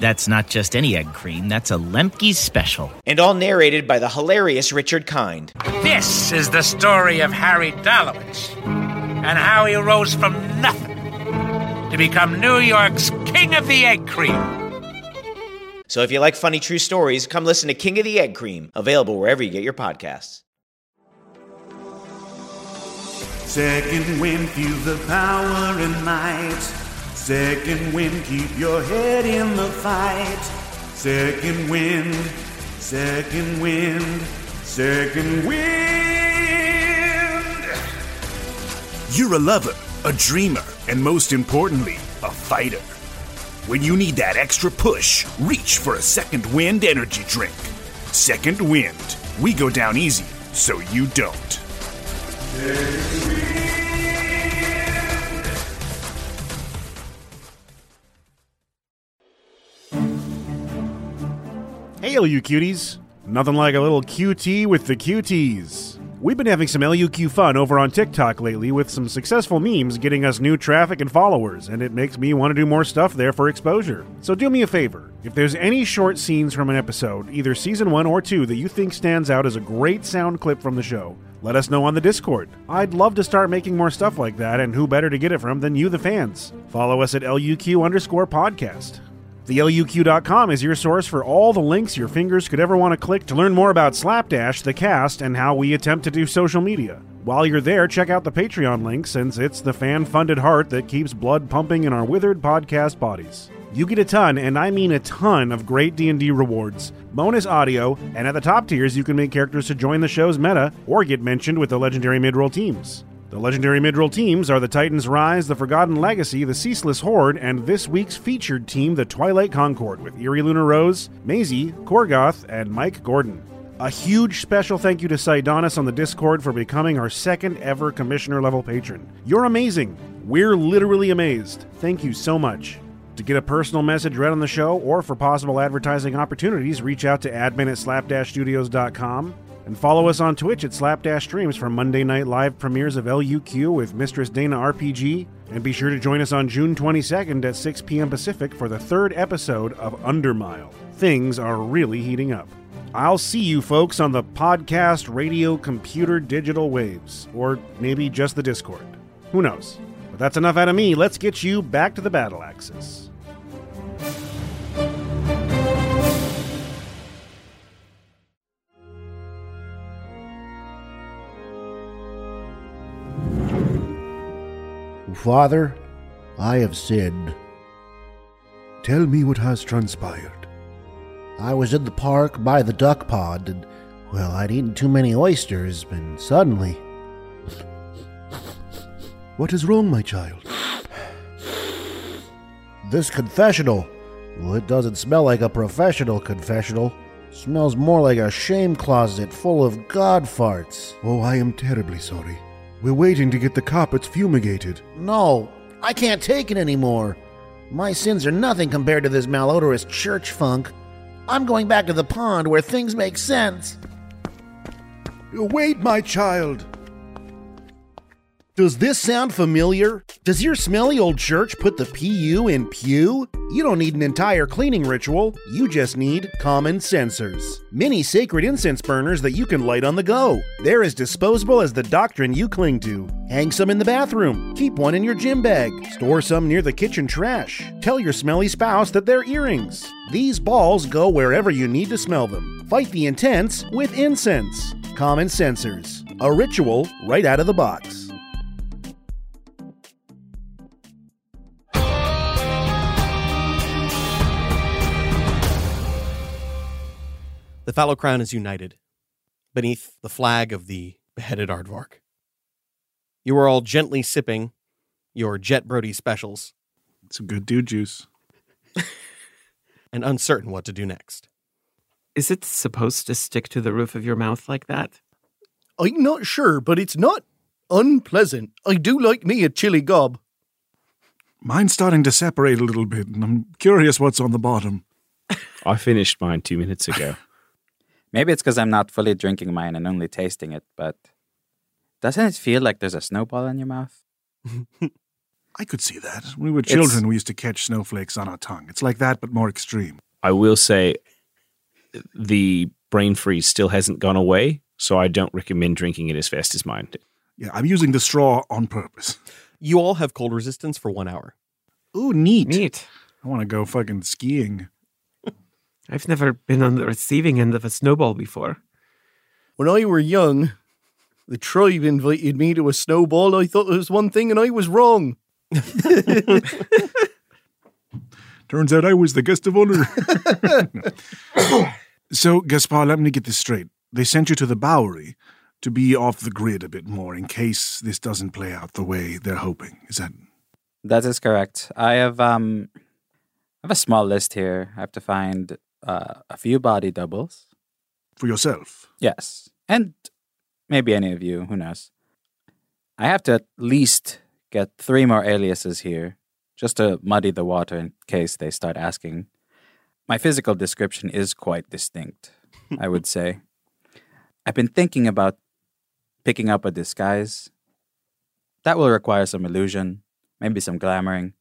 Speaker 15: That's not just any egg cream, that's a Lemke's special.
Speaker 16: And all narrated by the hilarious Richard Kind.
Speaker 6: This is the story of Harry Dalowitz and how he rose from nothing
Speaker 17: to become New York's King of the Egg Cream.
Speaker 16: So if you like funny true stories, come listen to King of the Egg Cream, available wherever you get your podcasts.
Speaker 10: Second wind, feel the power and might. Second wind, keep your head in the fight. Second wind, second wind, second wind.
Speaker 1: You're a lover, a dreamer, and most importantly, a fighter. When you need that extra push, reach for a Second Wind energy drink. Second Wind. We go down easy, so you don't.
Speaker 12: Hey, LU cuties. Nothing like a little QT with the QTs. We've been having some LUQ fun over on TikTok lately with some successful memes getting us new traffic and followers, and it makes me want to do more stuff there for exposure. So do me a favor. If there's any short scenes from an episode, either season 1 or 2, that you think stands out as a great sound clip from the show, let us know on the Discord. I'd love to start making more stuff like that, and who better to get it from than you, the fans? Follow us at LUQ underscore podcast. The LUQ.com is your source for all the links your fingers could ever want to click to learn more about Slapdash, the cast, and how we attempt to do social media. While you're there, check out the Patreon link since it's the fan funded heart that keeps blood pumping in our withered podcast bodies. You get a ton, and I mean a ton, of great D&D rewards, bonus audio, and at the top tiers you can make characters to join the show's meta or get mentioned with the legendary midroll teams. The legendary midroll teams are the Titans Rise, the Forgotten Legacy, the Ceaseless Horde, and this week's featured team, the Twilight Concord, with Eerie Lunar Rose, Maisie, Korgoth, and Mike Gordon. A huge special thank you to Sidonis on the Discord for becoming our second ever commissioner level patron. You're amazing. We're literally amazed. Thank you so much. To get a personal message read on the show or for possible advertising opportunities, reach out to admin at slapdashstudios.com and follow us on Twitch at Slapdash Streams for Monday night live premieres of LUQ with Mistress Dana RPG. And be sure to join us on June 22nd at 6 p.m. Pacific for the third episode of Undermile. Things are really heating up. I'll see you folks on the podcast, radio, computer, digital waves, or maybe just the Discord. Who knows? But that's enough out of me. Let's get you back to the battle axis.
Speaker 18: Father, I have sinned.
Speaker 13: Tell me what has transpired.
Speaker 18: I was in the park by the duck pond, and, well, I'd eaten too many oysters, and suddenly.
Speaker 13: What is wrong, my child?
Speaker 18: This confessional. Well, it doesn't smell like a professional confessional. Smells more like a shame closet full of god farts.
Speaker 13: Oh, I am terribly sorry. We're waiting to get the carpets fumigated.
Speaker 18: No, I can't take it anymore. My sins are nothing compared to this malodorous church funk. I'm going back to the pond where things make sense.
Speaker 13: Wait, my child.
Speaker 18: Does this sound familiar? Does your smelly old church put the PU in pew? You don't need an entire cleaning ritual. You just need common sensors. Mini sacred incense burners that you can light on the go. They're as disposable as the doctrine you cling to. Hang some in the bathroom. Keep one in your gym bag. Store some near the kitchen trash. Tell your smelly spouse that they're earrings. These balls go wherever you need to smell them. Fight the intense with incense. Common sensors. A ritual right out of the box.
Speaker 5: The fallow crown is united beneath the flag of the beheaded Aardvark. You are all gently sipping your Jet Brody specials.
Speaker 7: It's a good dude juice.
Speaker 5: and uncertain what to do next.
Speaker 3: Is it supposed to stick to the roof of your mouth like that?
Speaker 8: I'm not sure, but it's not unpleasant. I do like me a chili gob.
Speaker 7: Mine's starting to separate a little bit, and I'm curious what's on the bottom.
Speaker 4: I finished mine two minutes ago.
Speaker 9: Maybe it's because I'm not fully drinking mine and only tasting it, but doesn't it feel like there's a snowball in your mouth?
Speaker 7: I could see that. When we were children, we used to catch snowflakes on our tongue. It's like that, but more extreme.
Speaker 4: I will say the brain freeze still hasn't gone away, so I don't recommend drinking it as fast as mine did.
Speaker 7: Yeah, I'm using the straw on purpose.
Speaker 5: You all have cold resistance for one hour.
Speaker 7: Ooh, neat. Neat. I want to go fucking skiing.
Speaker 3: I've never been on the receiving end of a snowball before.
Speaker 8: When I were young, the tribe invited me to a snowball. I thought it was one thing and I was wrong.
Speaker 7: Turns out I was the guest of honor. so, Gaspar, let me get this straight. They sent you to the Bowery to be off the grid a bit more in case this doesn't play out the way they're hoping. Is that
Speaker 9: That is correct. I have um, I have a small list here. I have to find uh, a few body doubles.
Speaker 7: for yourself?
Speaker 9: Yes, and maybe any of you. Who knows? I have to at least get three more aliases here, just to muddy the water in case they start asking. My physical description is quite distinct, I would say. I've been thinking about picking up a disguise. That will require some illusion, maybe some glamoring.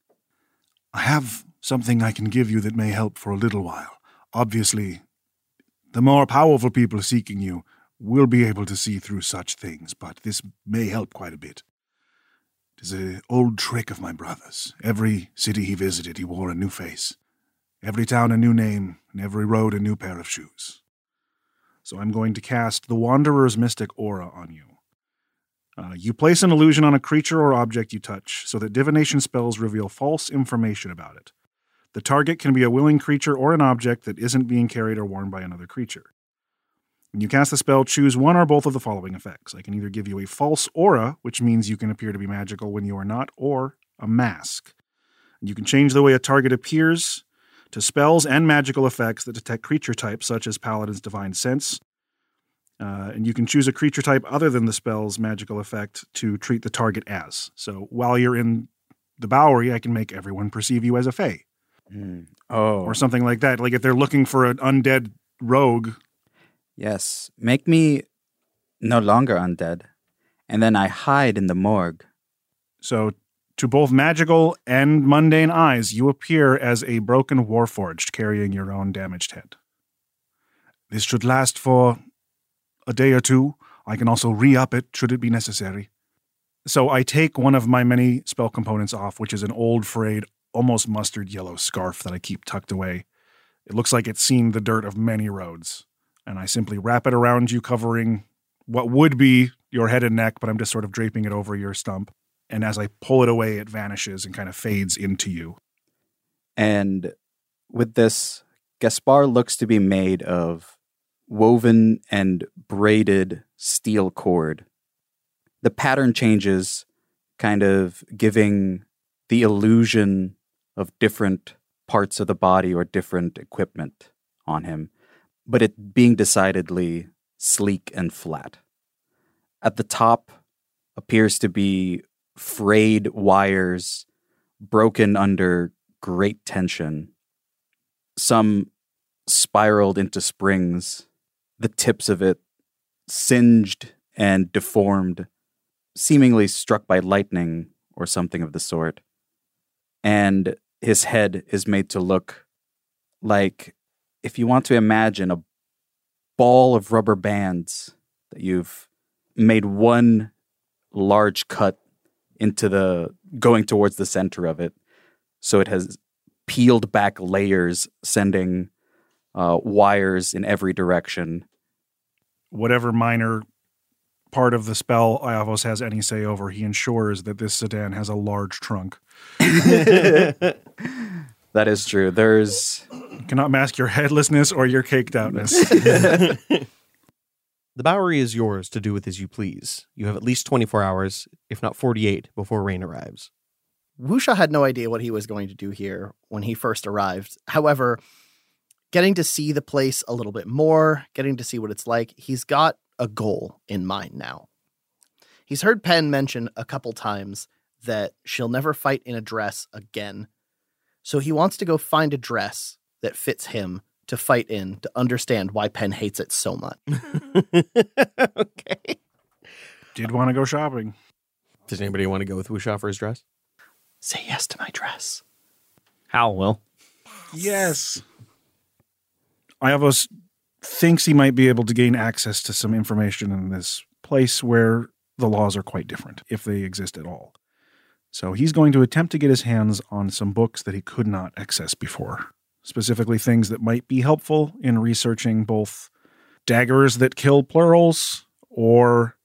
Speaker 7: I have something I can give you that may help for a little while. Obviously, the more powerful people seeking you will be able to see through such things, but this may help quite a bit. It is an old trick of my brother's. Every city he visited, he wore a new face. Every town, a new name, and every road, a new pair of shoes. So I'm going to cast the Wanderer's Mystic Aura on you. Uh, you place an illusion on a creature or object you touch so that divination spells reveal false information about it. The target can be a willing creature or an object that isn't being carried or worn by another creature. When you cast the spell, choose one or both of the following effects. I can either give you a false aura, which means you can appear to be magical when you are not, or a mask. You can change the way a target appears to spells and magical effects that detect creature types, such as Paladin's Divine Sense, uh, and you can choose a creature type other than the spell's magical effect to treat the target as. So while you're in the Bowery, I can make everyone perceive you as a Fey.
Speaker 6: Hmm.
Speaker 9: Oh.
Speaker 7: Or something like that. Like if they're looking for an undead rogue.
Speaker 9: Yes, make me no longer undead, and then I hide in the morgue.
Speaker 7: So, to both magical and mundane eyes, you appear as a broken warforged carrying your own damaged head. This should last for a day or two. I can also re up it should it be necessary. So I take one of my many spell components off, which is an old, frayed, almost mustard yellow scarf that I keep tucked away. It looks like it's seen the dirt of many roads. And I simply wrap it around you, covering what would be your head and neck, but I'm just sort of draping it over your stump. And as I pull it away, it vanishes and kind of fades into you.
Speaker 9: And with this, Gaspar looks to be made of woven and braided steel cord. The pattern changes, kind of giving the illusion of different parts of the body or different equipment on him, but it being decidedly sleek and flat. At the top appears to be frayed wires broken under great tension. Some spiraled into springs, the tips of it singed and deformed, seemingly struck by lightning or something of the sort. And his head is made to look like if you want to imagine a ball of rubber bands that you've made one large cut into the going towards the center of it. So it has peeled back layers, sending uh, wires in every direction.
Speaker 7: Whatever minor part of the spell Iavos has any say over, he ensures that this sedan has a large trunk.
Speaker 9: That is true. There's
Speaker 7: You cannot mask your headlessness or your caked outness.
Speaker 5: The Bowery is yours to do with as you please. You have at least 24 hours, if not 48, before rain arrives.
Speaker 2: Wusha had no idea what he was going to do here when he first arrived. However, getting to see the place a little bit more, getting to see what it's like, he's got a goal in mind now. He's heard Penn mention a couple times that she'll never fight in a dress again. So he wants to go find a dress that fits him to fight in to understand why Penn hates it so much.
Speaker 7: Did want to go shopping.
Speaker 5: Does anybody want to go with Wusha for his dress?
Speaker 2: Say yes to my dress.
Speaker 19: Hal will.
Speaker 7: Yes. Iavos thinks he might be able to gain access to some information in this place where the laws are quite different, if they exist at all. So he's going to attempt to get his hands on some books that he could not access before, specifically things that might be helpful in researching both daggers that kill plurals or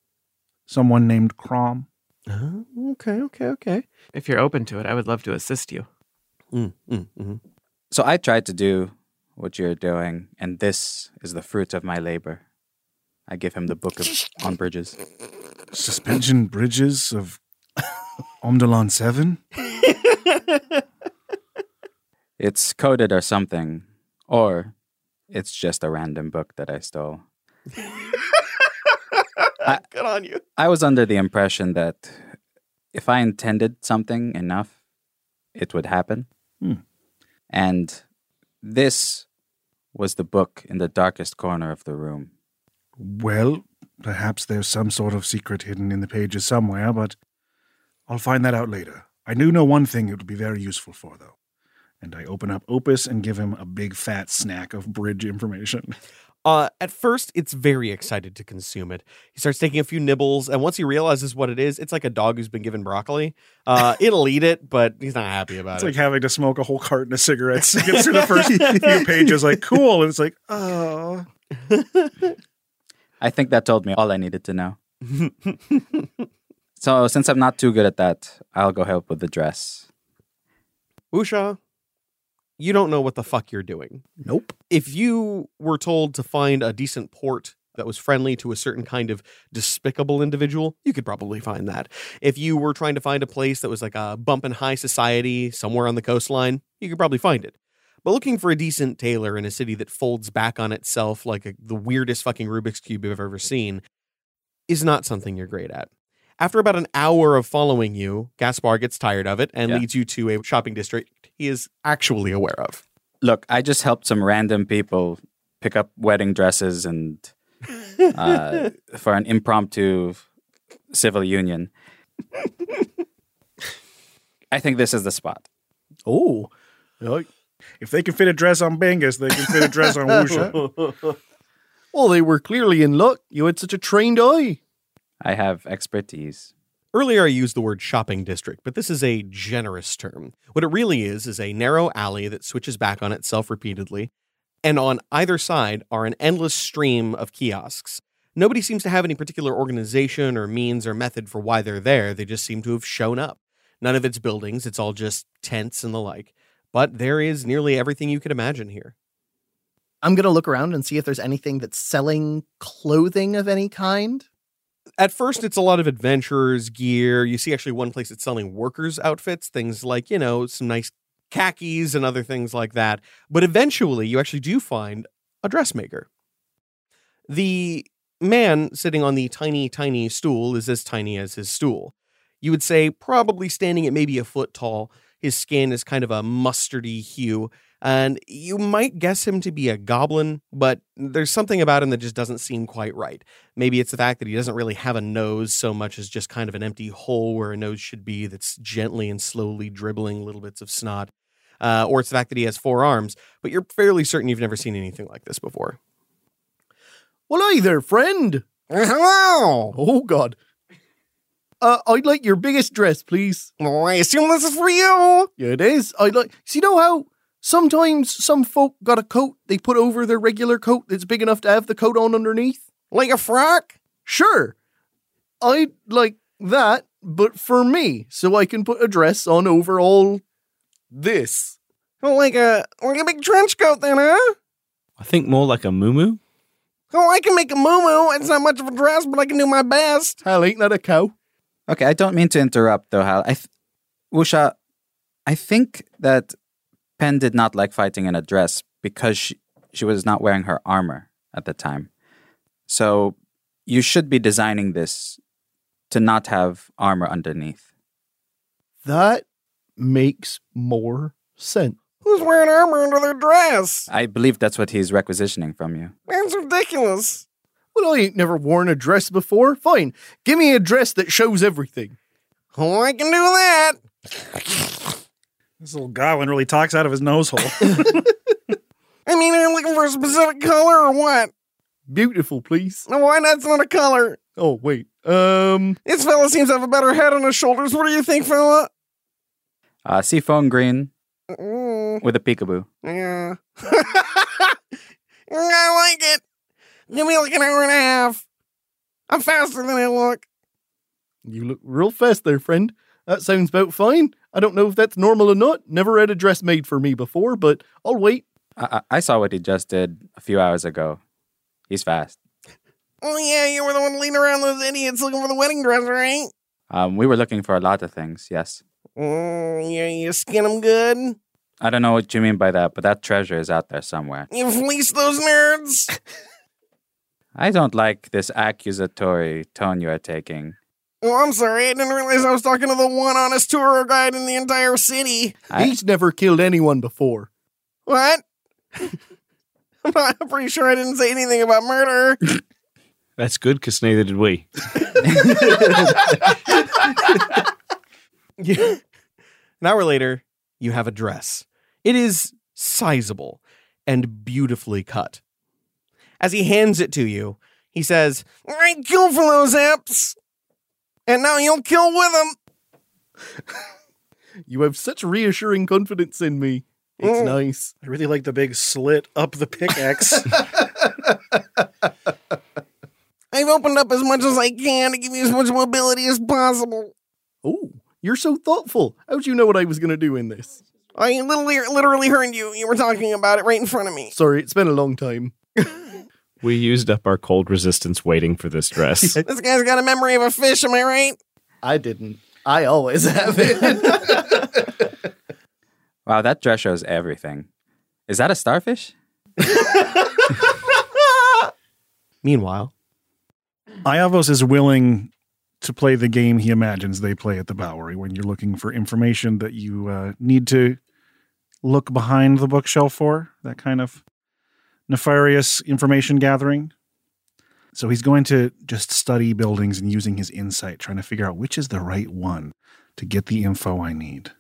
Speaker 7: someone named Crom.
Speaker 5: okay, okay, okay.
Speaker 3: If you're open to it, I would love to assist you.
Speaker 5: Mm, mm-hmm.
Speaker 9: So I tried to do what you're doing, and this is the fruit of my labor. I give him the book of on bridges.
Speaker 7: Suspension bridges of Omdalon 7?
Speaker 9: It's coded or something, or it's just a random book that I stole.
Speaker 5: Good on you.
Speaker 9: I was under the impression that if I intended something enough, it would happen.
Speaker 7: Hmm.
Speaker 9: And this was the book in the darkest corner of the room.
Speaker 7: Well, perhaps there's some sort of secret hidden in the pages somewhere, but I'll find that out later. I do know one thing it would be very useful for, though. And I open up Opus and give him a big fat snack of bridge information.
Speaker 5: Uh, at first, it's very excited to consume it. He starts taking a few nibbles, and once he realizes what it is, it's like a dog who's been given broccoli. Uh, it'll eat it, but he's not happy about
Speaker 7: It's
Speaker 5: it.
Speaker 7: like having to smoke a whole carton of cigarettes to get through the first few pages. Like, cool. And it's like, oh.
Speaker 9: I think that told me all I needed to know. So, since I'm not too good at that, I'll go help with the dress.
Speaker 5: Usha, you don't know what the fuck you're doing.
Speaker 9: Nope.
Speaker 5: If you were told to find a decent port that was friendly to a certain kind of despicable individual, you could probably find that. If you were trying to find a place that was like a bump in high society somewhere on the coastline, you could probably find it. But looking for a decent tailor in a city that folds back on itself like a, the weirdest fucking Rubik's Cube you've ever seen is not something you're great at. After about an hour of following you, Gaspar gets tired of it and leads you to a shopping district he is actually aware of.
Speaker 9: Look, I just helped some random people pick up wedding dresses and uh, for an impromptu civil union. I think this is the spot.
Speaker 7: Oh. If they can fit a dress on Bengus, they can fit a dress on Wusha.
Speaker 8: Well, they were clearly in luck. You had such a trained eye.
Speaker 9: I have expertise.
Speaker 5: Earlier, I used the word shopping district, but this is a generous term. What it really is is a narrow alley that switches back on itself repeatedly, and on either side are an endless stream of kiosks. Nobody seems to have any particular organization or means or method for why they're there. They just seem to have shown up. None of it's buildings, it's all just tents and the like. But there is nearly everything you could imagine here.
Speaker 2: I'm going to look around and see if there's anything that's selling clothing of any kind.
Speaker 5: at first it's a lot of adventurers gear you see actually one place that's selling workers outfits things like you know some nice khakis and other things like that but eventually you actually do find a dressmaker the man sitting on the tiny tiny stool is as tiny as his stool you would say probably standing at maybe a foot tall his skin is kind of a mustardy hue and you might guess him to be a goblin but there's something about him that just doesn't seem quite right Maybe it's the fact that he doesn't really have a nose so much as just kind of an empty hole where a nose should be that's gently and slowly dribbling little bits of snot. Uh, or it's the fact that he has four arms, but you're fairly certain you've never seen anything like this before.
Speaker 8: Well, hey there, friend. Hello. Oh, God. Uh, I'd like your biggest dress, please.
Speaker 20: Oh, I assume this is for you.
Speaker 8: Yeah, it is. I'd like. See, you know how sometimes some folk got a coat they put over their regular coat that's big enough to have the coat on underneath?
Speaker 20: Like a frock?
Speaker 8: Sure. I'd like that, but for me, so I can put a dress on over all this.
Speaker 20: Oh, like a like a big trench coat then, huh?
Speaker 4: I think more like a moo
Speaker 20: uh, Oh, I can make a moo It's not much of a dress, but I can do my best.
Speaker 8: Hell, ain't that a cow?
Speaker 9: Okay, I don't mean to interrupt though, Hal. I th- Usha, I think that Pen did not like fighting in a dress because she, she was not wearing her armor at the time. So you should be designing this to not have armor underneath.
Speaker 8: That makes more sense.
Speaker 20: Who's wearing armor under their dress?
Speaker 9: I believe that's what he's requisitioning from you.
Speaker 20: That's ridiculous.
Speaker 8: Well, I ain't never worn a dress before. Fine. Give me a dress that shows everything.
Speaker 20: Oh, I can do that.
Speaker 7: This little goblin really talks out of his nose hole.
Speaker 20: I mean, are you looking for a specific color or what?
Speaker 8: Beautiful, please. Um,
Speaker 20: No, why not? It's not a color.
Speaker 8: Oh, wait. Um,
Speaker 20: This fella seems to have a better head on his shoulders. What do you think, fella?
Speaker 21: Uh, Seafoam Green
Speaker 20: Mm,
Speaker 21: with a peekaboo.
Speaker 20: yeah. I like it. Give me like an hour and a half. I'm faster than I look.
Speaker 8: You look real fast there, friend. That sounds about fine. I don't know if that's normal or not. Never had a dress made for me before, but I'll wait.
Speaker 21: I, I I saw what he just did a few hours ago. He's fast.
Speaker 20: Oh yeah, you were the one leading around those idiots looking for the wedding dress, right?
Speaker 21: Um, we were looking for a lot of things, yes.
Speaker 20: Mm, yeah, you skin them good.
Speaker 21: I don't know what you mean by that, but that treasure is out there somewhere.
Speaker 20: You fleece those nerds.
Speaker 21: I don't like this accusatory tone you are taking.
Speaker 20: Oh, I'm sorry. I didn't realize I was talking to the one honest tour guide in the entire city.
Speaker 8: He's never killed anyone before.
Speaker 20: What? I'm, not, I'm pretty sure I didn't say anything about murder.
Speaker 4: That's good because neither did we.
Speaker 5: Yeah. An hour later, you have a dress. It is sizable and beautifully cut. As he hands it to you, he says,
Speaker 20: I kill for those apps. And now you'll kill with them.
Speaker 8: You have such reassuring confidence in me. It's
Speaker 20: Mm.
Speaker 8: nice.
Speaker 7: I really like the big slit up the pickaxe.
Speaker 20: I've opened up as much as I can to give you as much mobility as possible.
Speaker 8: Oh, you're so thoughtful. How'd you know what I was going to do in this?
Speaker 20: I literally, literally heard you. You were talking about it right in front of me.
Speaker 8: Sorry, it's been a long time.
Speaker 4: We used up our cold resistance waiting for this dress.
Speaker 20: This guy's got a memory of a fish, am I right?
Speaker 8: I didn't. I always have it.
Speaker 21: Wow, that dress shows everything. Is that a starfish?
Speaker 5: Meanwhile,
Speaker 7: Iavos is willing to play the game he imagines they play at the Bowery when you're looking for information that you uh, need to look behind the bookshelf for, that kind of nefarious information gathering. So he's going to just study buildings and using his insight, trying to figure out which is the right one to get the info I need.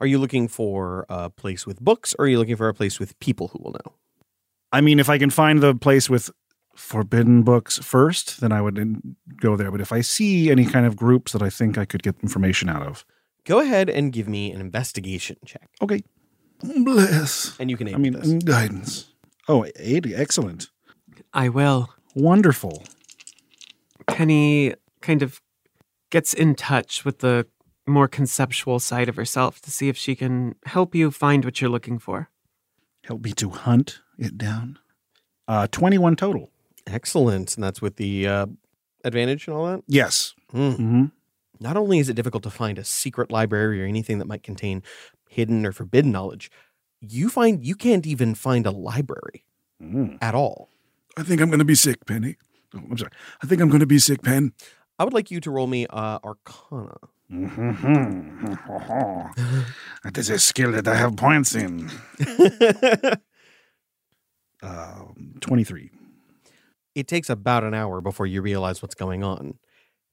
Speaker 5: Are you looking for a place with books or are you looking for a place with people who will know?
Speaker 7: I mean, if I can find the place with forbidden books first, then I would in- go there. But if I see any kind of groups that I think I could get information out of,
Speaker 5: Go ahead and give me an investigation check.
Speaker 7: Okay. Bless.
Speaker 5: And you can aid
Speaker 7: I mean,
Speaker 5: with this.
Speaker 7: mm, guidance. Oh, 80. Excellent.
Speaker 3: I will.
Speaker 7: Wonderful.
Speaker 3: Penny kind of gets in touch with the more conceptual side of herself to see if she can help you find what you're looking for.
Speaker 7: Help me to hunt it down. Uh, 21 total.
Speaker 5: Excellent. And that's with the uh, advantage and all that?
Speaker 7: Yes.
Speaker 5: Mm.
Speaker 7: Mhm.
Speaker 5: Not only is it difficult to find a secret library or anything that might contain hidden or forbidden knowledge, you find you can't even find a library
Speaker 7: Mm.
Speaker 5: at all.
Speaker 22: I think I'm going to be sick, Penny. Oh, I'm sorry. I think I'm going to be sick, Pen.
Speaker 5: I would like you to roll me uh, Arcana.
Speaker 7: Mm. Mm-hmm. that is a skill that I have points in. um, 23.
Speaker 5: It takes about an hour before you realize what's going on.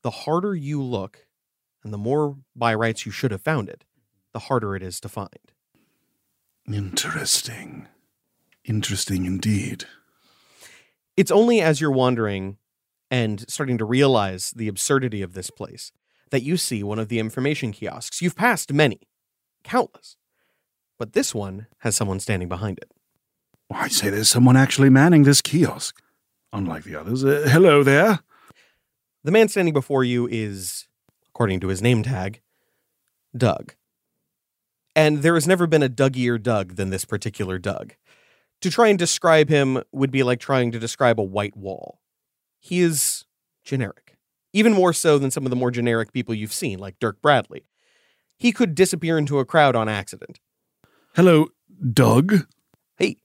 Speaker 5: The harder you look, and the more by rights you should have found it, the harder it is to find.
Speaker 22: Interesting. Interesting indeed.
Speaker 5: It's only as you're wandering and starting to realize the absurdity of this place that you see one of the information kiosks. You've passed many, countless, but this one has someone standing behind it.
Speaker 22: Oh, I say there's someone actually manning this kiosk, unlike the others. Uh, hello there.
Speaker 5: The man standing before you is, according to his name tag, Doug. And there has never been a Dougier Doug than this particular Doug. To try and describe him would be like trying to describe a white wall. He is generic, even more so than some of the more generic people you've seen, like Dirk Bradley. He could disappear into a crowd on accident.
Speaker 22: Hello, Doug.
Speaker 5: Hey.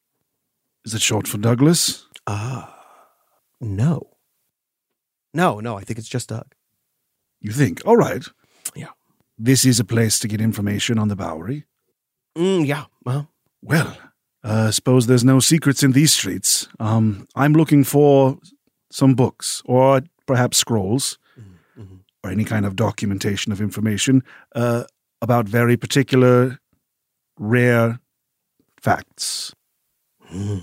Speaker 22: Is it short for Douglas?
Speaker 5: Ah. No. No, no, I think it's just Doug.
Speaker 22: You think? All right.
Speaker 5: Yeah.
Speaker 22: This is a place to get information on the Bowery.
Speaker 5: Mm, yeah, well,
Speaker 22: Well, I suppose there's no secrets in these streets. Um, I'm looking for some books, or perhaps scrolls,
Speaker 5: Mm-hmm.
Speaker 22: or any kind of documentation of information uh, about very particular, rare facts,
Speaker 5: Hmm.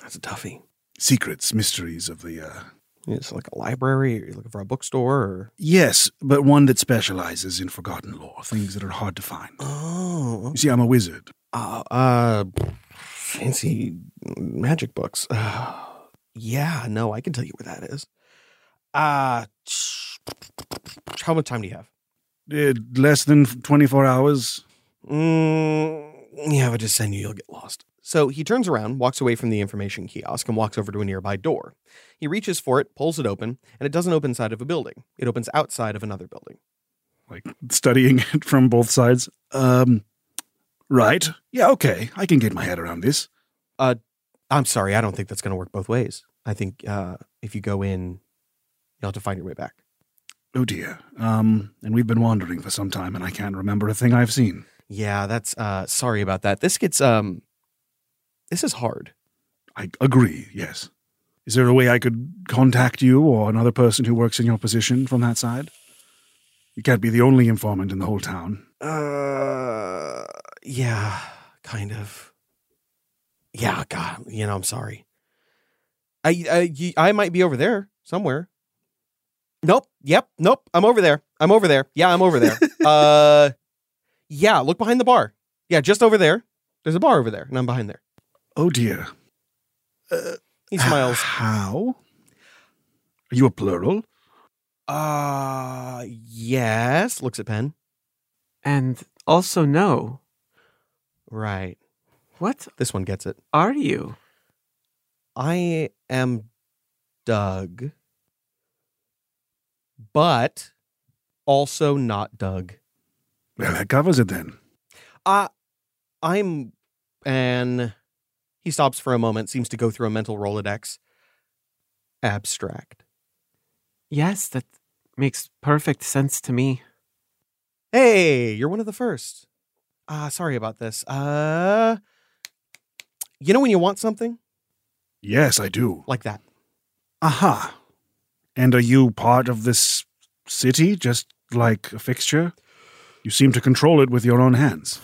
Speaker 5: that's a toughie.
Speaker 22: secrets, mysteries of the uh,
Speaker 5: It's like a library, or you're looking for a bookstore, or
Speaker 7: Yes, but one that specializes in forgotten lore, things that are hard to find.
Speaker 5: oh,
Speaker 7: You see, I'm a wizard.
Speaker 5: uh, uh, fancy magic books. Uh, yeah, no, I can tell you where that is. Uh, how much time do you have?
Speaker 7: Uh, less than 24 hours.
Speaker 5: Mm, yeah, if I just send you, you'll get lost. So he turns around, walks away from the information kiosk, and walks over to a nearby door. He reaches for it, pulls it open, and it doesn't open side of a building. It opens outside of another building.
Speaker 7: studying it from both sides. Um, right. Yeah, okay. I can get my head around this.
Speaker 5: Uh, I'm sorry, I don't think that's going to work both ways. I think uh, if you go in, you'll have to find your way back.
Speaker 7: Oh dear. Um, and we've been wandering for some time, and I can't remember a thing I've seen.
Speaker 5: Yeah, that's uh, sorry about that. This gets um, this is hard.
Speaker 7: I agree, yes. Is there a way I could contact you or another person who works in your position from that side? You can't be the only informant in the whole town.
Speaker 5: Uh, yeah, kind of. Yeah, God, you know, I'm sorry. I, I, y- I might be over there somewhere. Nope. Yep. Nope. I'm over there. I'm over there. Yeah, I'm over there. uh, yeah. Look behind the bar. Yeah, just over there. There's a bar over there, and I'm behind there.
Speaker 7: Oh dear.
Speaker 5: He smiles.
Speaker 7: How? Are you a plural?
Speaker 5: Uh, yes. Looks at Pen.
Speaker 3: And also, no.
Speaker 5: Right.
Speaker 3: What
Speaker 5: This one gets it.
Speaker 3: are you?
Speaker 5: I am Doug, but also not Doug.
Speaker 7: Well, that covers it then.
Speaker 5: Uh, I'm an. He stops for a moment, seems to go through a mental Rolodex. Abstract.
Speaker 3: Yes, that makes perfect sense to me.
Speaker 5: Hey, you're one of the first. Ah, sorry about this. Uh, you know when you want something
Speaker 7: Yes, I do.
Speaker 5: like that?
Speaker 7: Aha. And are you part of this city, just like a fixture? You seem to control it with your own hands.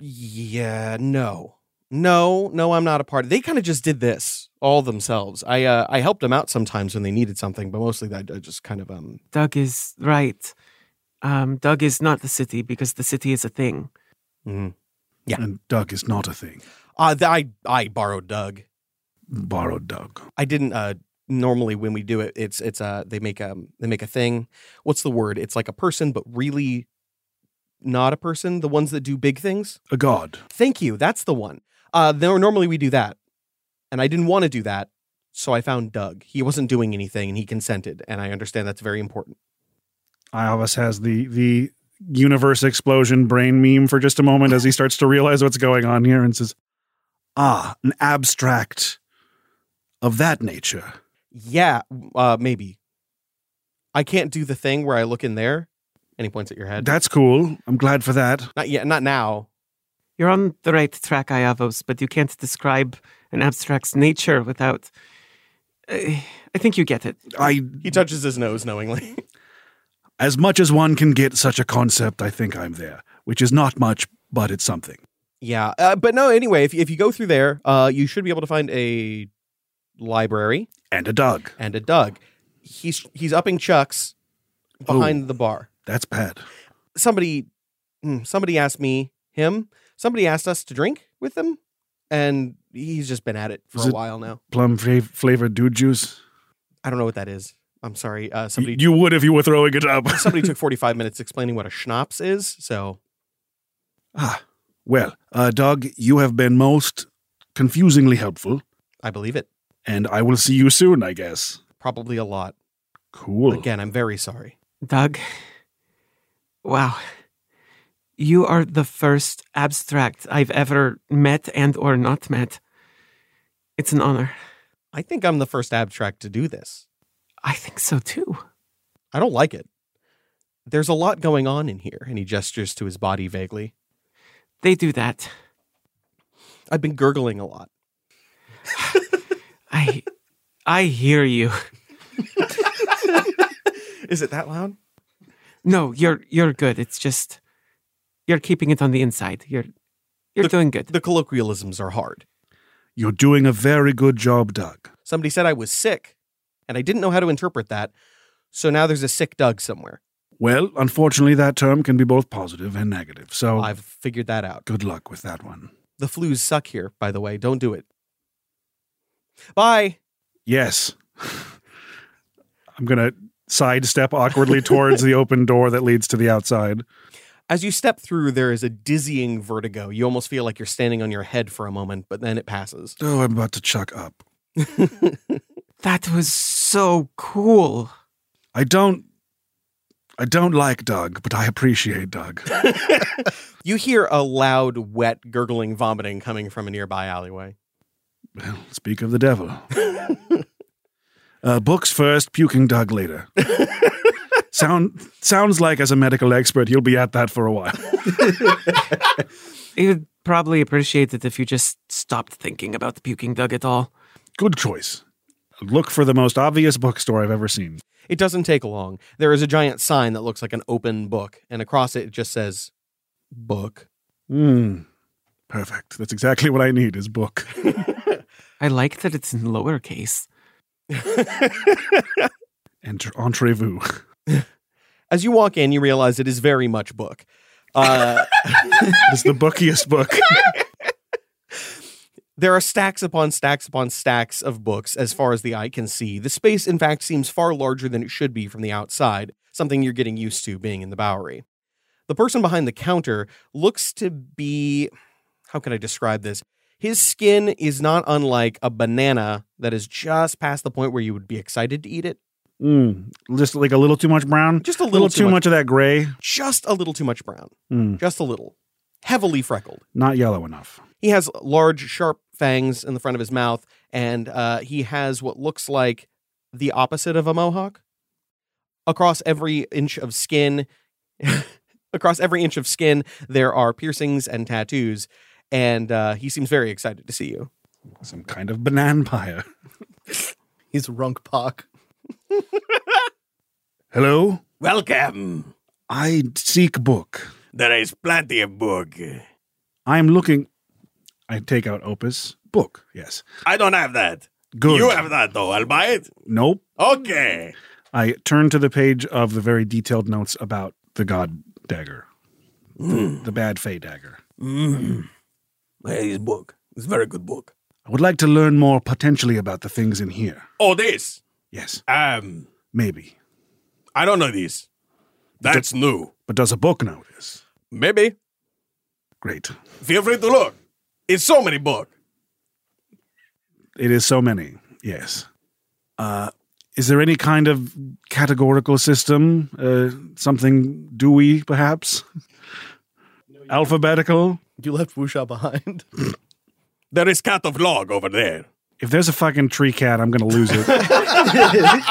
Speaker 5: Yeah, no. No, no, I'm not a part. They kind of just did this all themselves. I uh, I helped them out sometimes when they needed something, but mostly I, I just kind of um
Speaker 3: Doug is right. Um, Doug is not the city because the city is a thing.
Speaker 5: mm. Yeah.
Speaker 7: And Doug is not a thing.
Speaker 5: uh th- I I borrowed Doug.
Speaker 7: Borrowed Doug.
Speaker 5: I didn't uh normally when we do it it's it's uh they make um they make a thing. What's the word? It's like a person but really not a person, the ones that do big things.
Speaker 7: A god.
Speaker 5: Thank you. That's the one. Uh, there, normally we do that, and I didn't want to do that, so I found Doug. He wasn't doing anything, and he consented, and I understand that's very important.
Speaker 7: Iovas has the the universe explosion brain meme for just a moment as he starts to realize what's going on here and says, "Ah, an abstract of that nature."
Speaker 5: Yeah, uh, maybe. I can't do the thing where I look in there, and he points at your head.
Speaker 7: That's cool. I'm glad for that.
Speaker 5: not yet, not now.
Speaker 3: You're on the right track, Iavos, but you can't describe an abstract's nature without. Eh, I think you get it.
Speaker 7: I
Speaker 5: He touches his nose knowingly.
Speaker 7: as much as one can get such a concept, I think I'm there, which is not much, but it's something.
Speaker 5: yeah, uh, but no. Anyway, if if you go through there, uh, you should be able to find a library
Speaker 7: And a Doug.
Speaker 5: and a Doug. He's he's upping Chuck's behind the bar.
Speaker 7: That's bad.
Speaker 5: somebody mm, somebody asked me him somebody asked us to drink with them and he's just been at it for
Speaker 7: Is
Speaker 5: a
Speaker 7: it-
Speaker 5: while now
Speaker 7: Plum fla- flavored dude juice.
Speaker 5: i don't know what that is i'm sorry uh,
Speaker 7: Y-
Speaker 5: somebody
Speaker 7: You would if you were throwing it up.
Speaker 5: somebody took 45 minutes explaining what a schnapps is so
Speaker 7: ah, well, uh, Doug, you have been most confusingly helpful,
Speaker 5: i believe it
Speaker 7: and I will see you soon, I guess.
Speaker 5: probably a lot
Speaker 7: Cool.
Speaker 5: again i'm very sorry
Speaker 3: Doug, wow. You are the first abstract I've ever met and or not met. It's an honor.
Speaker 5: i think i'm the first abstract to do this
Speaker 3: I think so too.
Speaker 5: i don't like it there's a lot going on in here and he gestures to his body vaguely
Speaker 3: They do that.
Speaker 5: i've been gurgling a lot
Speaker 3: I I hear you.
Speaker 5: is it that loud
Speaker 3: No, you're you're good. It's just you're keeping it on the inside. You're you're doing good.
Speaker 5: the colloquialisms are hard
Speaker 7: You're doing a very good job, Doug.
Speaker 5: somebody said i was sick and I didn't know how to interpret that. So now there's a sick Doug somewhere.
Speaker 7: Well, unfortunately, that term can be both positive and negative. So
Speaker 5: I've figured that out.
Speaker 7: Good luck with that one.
Speaker 5: The flus suck here, by the way. Don't do it. Bye.
Speaker 7: Yes. I'm going to sidestep awkwardly towards the open door that leads to the outside.
Speaker 5: As you step through, there is a dizzying vertigo. You almost feel like you're standing on your head for a moment, but then it passes.
Speaker 7: Oh, I'm about to chuck up.
Speaker 3: That was so cool.
Speaker 7: I don't. I don't like Doug, but I appreciate Doug.
Speaker 5: You hear a loud, wet, gurgling vomiting coming from a nearby alleyway.
Speaker 7: Well, speak of the devil. uh, books first, puking Doug later. Sound sounds like as a medical expert, you'll be at that for a while.
Speaker 3: You'd probably appreciate it if you just stopped thinking about the puking Doug at all.
Speaker 7: Good choice. Look for the most obvious bookstore I've ever seen.
Speaker 5: It doesn't take long. There is a giant sign that looks like an open book, and across it, it just says, Book.
Speaker 7: Hmm. Perfect. That's exactly what I need is book.
Speaker 3: I like that it's in lowercase.
Speaker 7: Enter entree vous.
Speaker 5: As you walk in, you realize it is very much book. Uh,
Speaker 7: It's the bookiest book.
Speaker 5: There are stacks upon stacks upon stacks of books as far as the eye can see. The space, in fact, seems far larger than it should be from the outside, something you're getting used to being in the Bowery. The person behind the counter looks to be how can I describe this? His skin is not unlike a banana that is just past the point where you would be excited to eat it.
Speaker 12: Hmm.
Speaker 7: Mm. Just like a little too much brown.
Speaker 5: Just a
Speaker 7: little, too much. of that gray.
Speaker 5: Just a little too much brown.
Speaker 12: Hmm.
Speaker 7: Mm.
Speaker 5: Just a little. Heavily freckled.
Speaker 7: Not yellow enough.
Speaker 5: He has large, sharp fangs in the front of his mouth, and uh, he has what looks like the opposite of a mohawk. Across every inch of skin, across every inch of skin, there are piercings and tattoos, and uh, he seems very excited to see you.
Speaker 7: Some kind of banana pyre.
Speaker 2: He's Runk Pock.
Speaker 7: Hello?
Speaker 6: Welcome.
Speaker 7: I seek book.
Speaker 6: There is plenty of book.
Speaker 7: I'm looking. I take out Opus. Book, yes.
Speaker 6: I don't have that.
Speaker 7: Good.
Speaker 6: You have that though. I'll buy it.
Speaker 7: Nope.
Speaker 6: Okay.
Speaker 7: I turn to the page of the very detailed notes about the god dagger, the,
Speaker 6: Mm.
Speaker 7: the bad fey dagger.
Speaker 6: Mm. There is book. It's very good book.
Speaker 7: I would like to learn more potentially about the things in here.
Speaker 6: Oh, this.
Speaker 7: Yes.
Speaker 6: Um,
Speaker 7: Maybe.
Speaker 6: I don't know this. That's new.
Speaker 7: But does a book know this?
Speaker 6: Maybe.
Speaker 7: Great.
Speaker 6: Feel free to look. It's so many book.
Speaker 7: It is so many. Yes. Uh, is there any kind of categorical system? Uh, something Dewey, perhaps? Alphabetical?
Speaker 2: You left Wusha behind.
Speaker 6: There is cat of log over there.
Speaker 7: If there's a fucking tree cat, I'm going to lose it.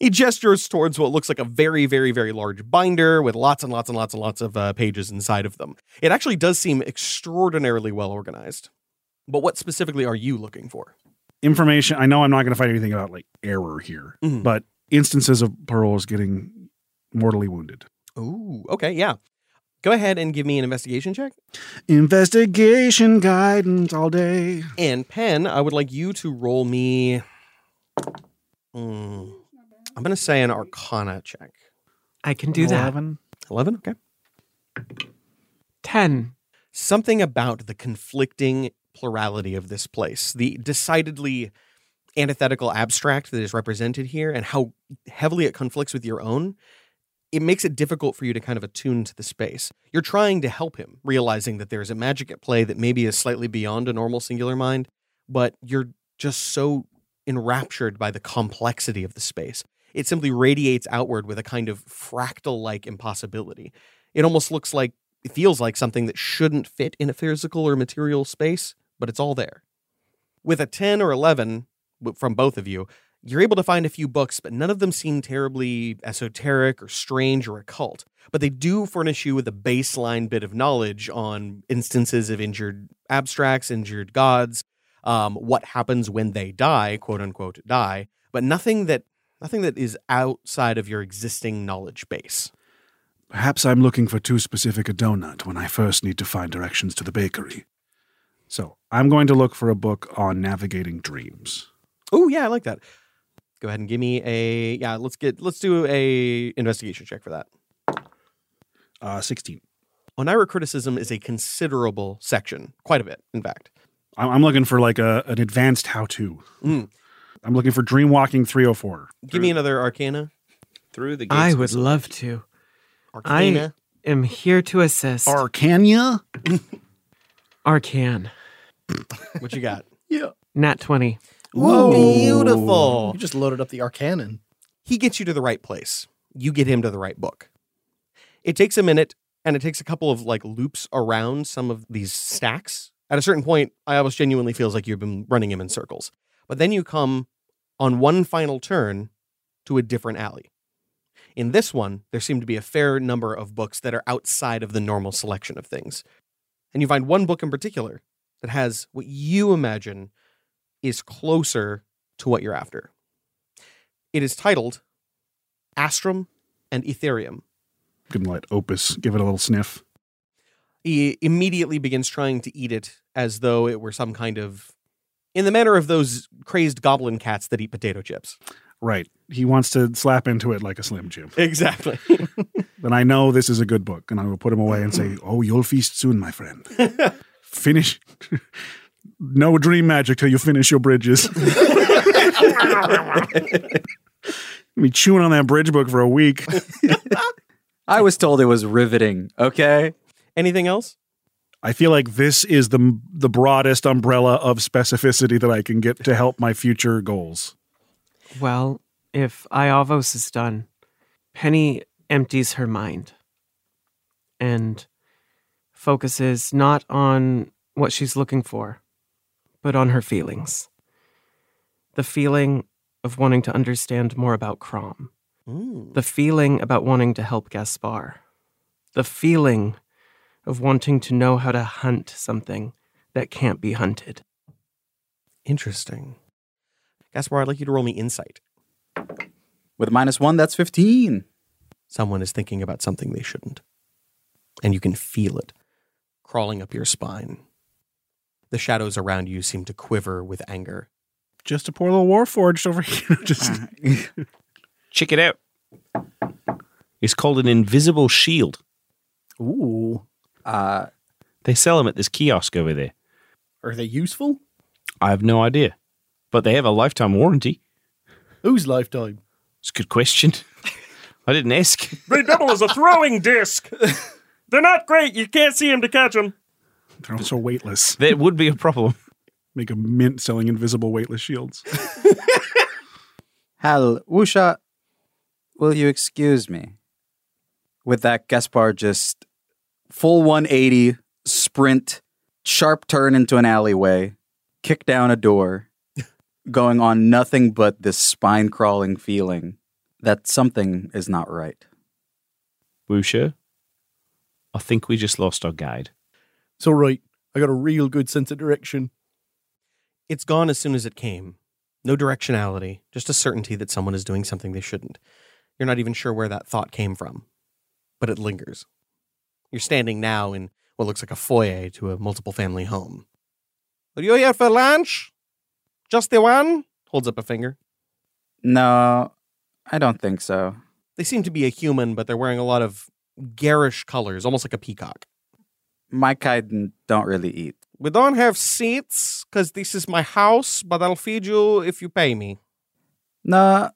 Speaker 5: He gestures towards what looks like a very, very, very large binder with lots and lots and lots and lots of uh, pages inside of them. It actually does seem extraordinarily well organized. But what specifically are you looking for?
Speaker 7: Information. I know I'm not going to find anything about like error here,
Speaker 5: Mhm.
Speaker 7: but instances of pearls getting mortally wounded.
Speaker 5: Ooh, okay, yeah. Go ahead and give me an investigation check.
Speaker 7: Investigation guidance all day.
Speaker 5: And Pen, I would like you to roll me. Hmm. I'm going to say an Arcana check.
Speaker 3: I can do that.
Speaker 7: 11.
Speaker 5: 11? Okay.
Speaker 3: 10.
Speaker 5: something about the conflicting plurality of this place, the decidedly antithetical abstract that is represented here, and how heavily it conflicts with your own, it makes it difficult for you to kind of attune to the space. You're trying to help him, realizing that there is a magic at play that maybe is slightly beyond a normal singular mind, but you're just so enraptured by the complexity of the space. It simply radiates outward with a kind of fractal like impossibility. It almost looks like it feels like something that shouldn't fit in a physical or material space, but it's all there. With a 10 or 11 w- from both of you, you're able to find a few books, but none of them seem terribly esoteric or strange or occult. But they do furnish you with a baseline bit of knowledge on instances of injured abstracts, injured gods, um, what happens when they die, quote unquote, die. But nothing that nothing that is outside of your existing knowledge base.
Speaker 7: Perhaps I'm looking for too specific a donut when I first need to find directions to the bakery. So I'm going to look for a book on navigating dreams.
Speaker 5: Oh yeah, I like that. Go ahead and give me a yeah. Let's get let's do a investigation check for that.
Speaker 7: Uh, Sixteen.
Speaker 5: Onira criticism is a considerable section, quite a bit, in fact.
Speaker 7: I- I'm looking for like a, an advanced how to.
Speaker 5: Mm.
Speaker 7: I'm looking for Dreamwalking 304.
Speaker 5: Give me another Arcana.
Speaker 4: Through the
Speaker 3: I would love to.
Speaker 5: Arcana.
Speaker 3: I am here to assist.
Speaker 7: Arcania?
Speaker 3: Arcan.
Speaker 5: What you got?
Speaker 3: Nat 20.
Speaker 5: Whoa. Beautiful.
Speaker 2: You just loaded up the Arcanon.
Speaker 5: he gets you to the right place. You get him to the right book. It takes a minute and it takes a couple of like loops around some of these stacks. At a certain point, I almost genuinely feels like you've been running him in circles. But then you come on one final turn to a different alley. In this one, there seem to be a fair number of books that are outside of the normal selection of things. And you find one book in particular that has what you imagine is closer to what you're after. It is titled Astrum and Ethereum.
Speaker 7: Give him like Opus. Give it a little sniff.
Speaker 5: He E immediately begins trying to eat it as though it were some kind of, in the manner of those crazed goblin cats that eat potato chips.
Speaker 7: Right. He wants to slap into it like a Slim Jim.
Speaker 5: Exactly.
Speaker 7: Then I know this is a good book, and I will put him away and say,
Speaker 4: Mm-hmm.
Speaker 7: "Oh, you'll feast soon, my friend. Finish. no dream magic till you finish your bridges." Me chewing on that bridge book for a week.
Speaker 21: I was told it was riveting. Okay.
Speaker 5: Anything else?
Speaker 7: I feel like this is the the broadest umbrella of specificity that I can get to help my future goals.
Speaker 3: Well, if Iavos is done, Penny empties her mind and focuses not on what she's looking for, but on her feelings. The feeling of wanting to understand more about Crom, the feeling about wanting to help Gaspar, the feeling of wanting to know how to hunt something that can't be hunted.
Speaker 5: Interesting. Gaspar, I'd like you to roll me insight.
Speaker 21: With minus one, that's 15.
Speaker 5: Someone is thinking about something they shouldn't, and you can feel it crawling up your spine. The shadows around you seem to quiver with anger.
Speaker 7: Just a poor little warforged over here. Just
Speaker 4: Check it out. It's called an invisible shield.
Speaker 2: Ooh.
Speaker 21: Uh,
Speaker 4: They sell them at this kiosk over there.
Speaker 2: Are they useful?
Speaker 4: I have no idea, but they have a lifetime warranty.
Speaker 2: Whose lifetime?
Speaker 4: It's a good question. I didn't ask.
Speaker 14: They double as a throwing disc. They're not great. You can't see him to catch them.
Speaker 7: they're also weightless.
Speaker 4: That would be a problem.
Speaker 7: Make a mint selling invisible weightless shields.
Speaker 21: Hal, Wusha, will you excuse me? With that, Gaspar just full 180, sprint, sharp turn into an alleyway, kick down a door, going on nothing but this spine crawling feeling that something is not right.
Speaker 4: Wusha, I think we just lost our guide.
Speaker 8: It's all right. I got a real good sense of direction.
Speaker 5: It's gone as soon as it came. No directionality, just a certainty that someone is doing something they shouldn't. You're not even sure where that thought came from, but it lingers. You're standing now in what looks like a foyer to a multiple family home. Are you here for lunch? Just the one? Holds up a finger.
Speaker 21: No, I don't think so.
Speaker 5: They seem to be a human, but they're wearing a lot of garish colors, almost like a peacock.
Speaker 21: My kind don't really eat.
Speaker 5: We don't have seats because this is my house, but I'll feed you if you pay me.
Speaker 21: Nah,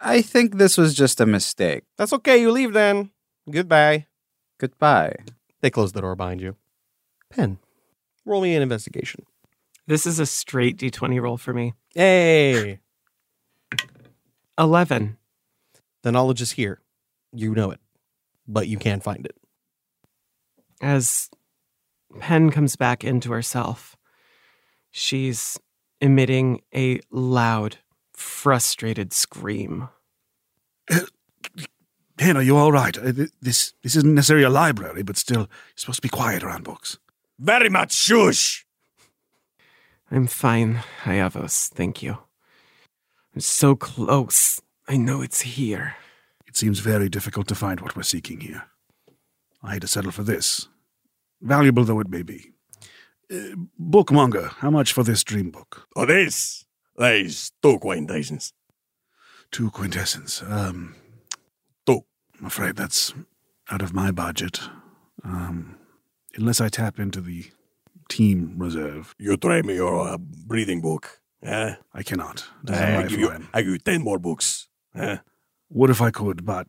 Speaker 21: I think this was just a mistake.
Speaker 5: That's okay. You leave then. Goodbye.
Speaker 21: Goodbye.
Speaker 5: They close the door behind you. Pen, roll me an investigation.
Speaker 3: This is a straight d20 roll for me.
Speaker 5: Hey.
Speaker 3: 11.
Speaker 5: The knowledge is here. You know it, but you can't find it.
Speaker 3: As Pen comes back into herself, she's emitting a loud, frustrated scream.
Speaker 23: Dan, are you all right? Uh, th- This this isn't necessarily a library, but still, you're supposed to be quiet around books. Very much shush.
Speaker 3: I'm fine, Hayavos. Thank you. I'm so close. I know it's here.
Speaker 23: It seems very difficult to find what we're seeking here. I had to settle for this, valuable though it may be. Uh, bookmonger, how much for this dream book?
Speaker 6: Oh, this? There's two coin dices.
Speaker 7: Two quintessence. Um, two. I'm afraid that's out of my budget. Um, unless I tap into the team reserve.
Speaker 6: You trade me your uh, breathing book. Eh?
Speaker 7: I cannot.
Speaker 6: Eh,
Speaker 7: Doesn't
Speaker 6: I,
Speaker 7: my
Speaker 6: give you,
Speaker 7: friend.
Speaker 6: I give you 10 more books. Eh?
Speaker 7: What if I could, but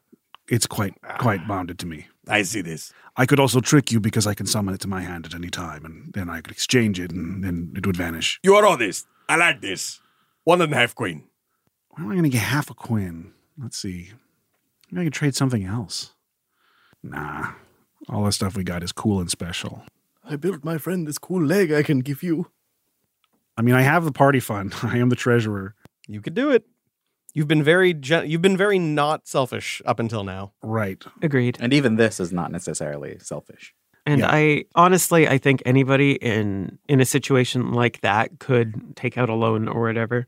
Speaker 7: it's quite quite bounded to me.
Speaker 6: I see this.
Speaker 7: I could also trick you because I can summon it to my hand at any time, and then I could exchange it, and then it would vanish.
Speaker 6: You are honest. I like this. One and a half queen.
Speaker 7: Where am I going to get half a coin? Let's see. Maybe I can trade something else. Nah, all the stuff we got is cool and special.
Speaker 8: I built my friend this cool leg I can give you.
Speaker 7: I mean, I have the party fund. I am the treasurer.
Speaker 5: You could do it. You've been very gen- you've been very not selfish up until now.
Speaker 7: Right.
Speaker 3: Agreed.
Speaker 21: And even this is not necessarily selfish.
Speaker 3: And I honestly, I think anybody in in a situation like that could take out a loan or whatever.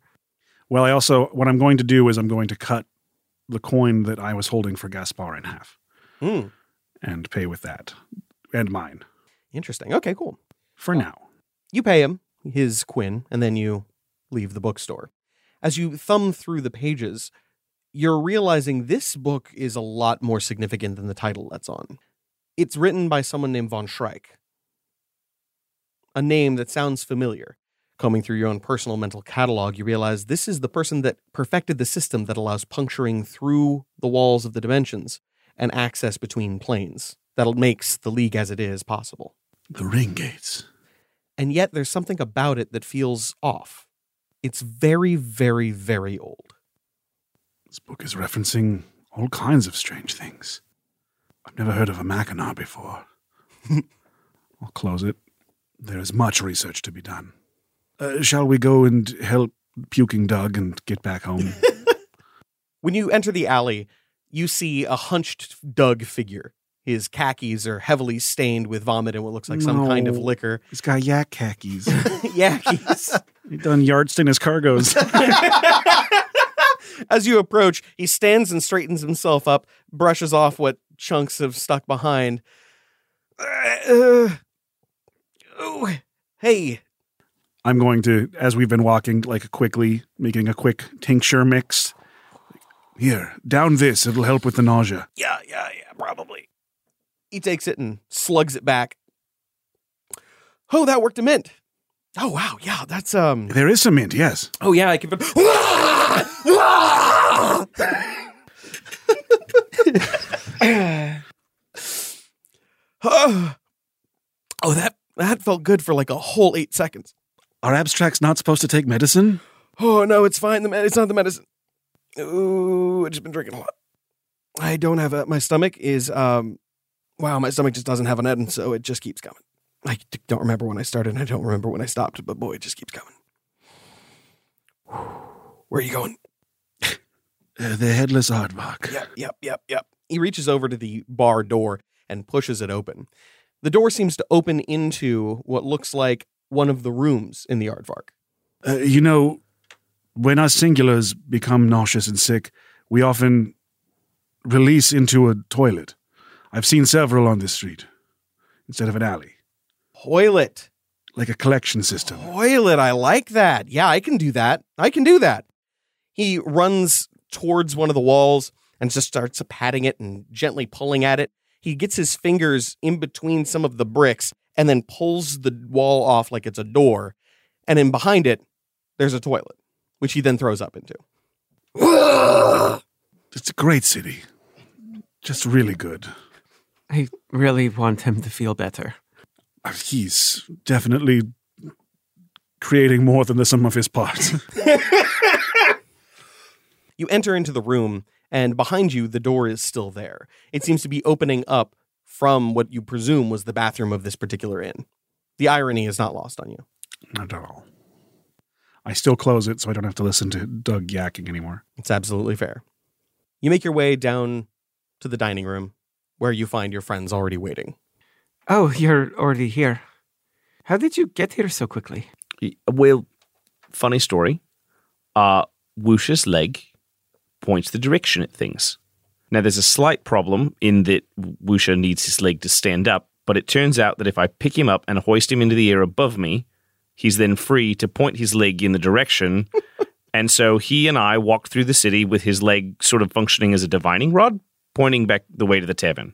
Speaker 7: Well, I also what I'm going to do is I'm going to cut the coin that I was holding for Gaspar in half
Speaker 5: Hmm.
Speaker 7: and pay with that and mine.
Speaker 5: Interesting. Okay, cool.
Speaker 7: For now.
Speaker 5: You pay him his quin and then you leave the bookstore. As you thumb through the pages, you're realizing this book is a lot more significant than the title that's on. It's written by someone named von Schreich. A name that sounds familiar. Combing through your own personal mental catalog, you realize this is the person that perfected the system that allows puncturing through the walls of the dimensions and access between planes that makes the league as it is possible.
Speaker 7: The ring gates.
Speaker 5: And yet there's something about it that feels off. It's very, very, very old.
Speaker 7: This book is referencing all kinds of strange things. I've never heard of a Mackinac before. I'll close it. There is much research to be done. Uh, shall we go and help puking Doug and get back home?
Speaker 5: When you enter the alley, you see a hunched Doug figure. His khakis are heavily stained with vomit and what looks like some kind of
Speaker 7: No.
Speaker 5: liquor.
Speaker 7: He's got yak khakis.
Speaker 5: Yakis.
Speaker 7: he done yards in his cargoes.
Speaker 5: As you approach, he stands and straightens himself up, brushes off what chunks have stuck behind. Uh, oh, hey,
Speaker 7: I'm going to, as we've been walking, like quickly making a quick tincture mix. Here, down this. It'll help with the nausea.
Speaker 5: Yeah, yeah, yeah, probably. He takes it and slugs it back. Oh, that worked a mint. Oh wow, yeah, that's um
Speaker 7: There is some mint, yes.
Speaker 5: Oh yeah, I can oh, oh, that that felt good for like a whole 8 seconds.
Speaker 7: Are abstracts not supposed to take medicine?
Speaker 5: Oh no, it's fine. The med- it's not the medicine. Ooh, I've just been drinking a lot. I don't have a, my stomach is um, wow, my stomach just doesn't have an end, so it just keeps coming. I d- don't remember when I started, and I don't remember when I stopped, but boy, it just keeps coming. Where are you going?
Speaker 7: Uh, the headless aardvark.
Speaker 5: Yep, yep, yep, yep. He reaches over to the bar door and pushes it open. The door seems to open into what looks like one of the rooms in the aardvark.
Speaker 7: Uh, you know, when our singulars become nauseous and sick, we often release into a toilet. I've seen several on this street instead of an alley,
Speaker 5: Toilet.
Speaker 7: like a collection system.
Speaker 5: toilet. I like that. Yeah, I can do that. I can do that. He runs towards one of the walls and just starts patting it and gently pulling at it. He gets his fingers in between some of the bricks and then pulls the wall off like it's a door. And then behind it, there's a toilet, which he then throws up into.
Speaker 7: It's a great city. Just really good.
Speaker 3: I really want him to feel better.
Speaker 7: Uh, He's definitely creating more than the sum of his parts.
Speaker 5: You enter into the room, and behind you, the door is still there. It seems to be opening up from what you presume was the bathroom of this particular inn. The irony is not lost on you.
Speaker 7: Not at all. I still close it so I don't have to listen to Doug yakking anymore.
Speaker 5: It's absolutely fair. You make your way down to the dining room where you find your friends already waiting.
Speaker 3: Oh, you're already here. How did you get here so quickly?
Speaker 4: Well, funny story. Uh, Wusha's leg points the direction at things. Now, there's a slight problem in that Wusha needs his leg to stand up, but it turns out that if I pick him up and hoist him into the air above me, he's then free to point his leg in the direction And so he and I walked through the city with his leg sort of functioning as a divining rod, pointing back the way to the tavern.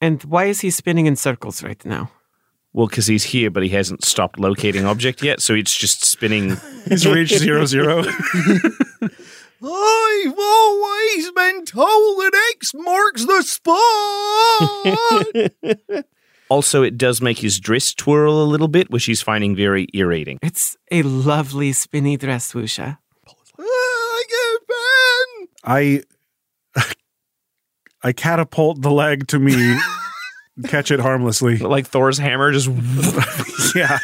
Speaker 3: And why is he spinning in circles right now?
Speaker 4: Well, because he's here, but he hasn't stopped locating object yet, so it's just spinning.
Speaker 7: He's reached zero zero.
Speaker 24: I've always been told that X marks the spot.
Speaker 4: Also, it does make his dress twirl a little bit, which he's finding very irritating.
Speaker 3: It's a lovely spinny dress, Wusha.
Speaker 7: I I catapult the leg to me, catch it harmlessly.
Speaker 4: Like Thor's hammer, just
Speaker 7: yeah.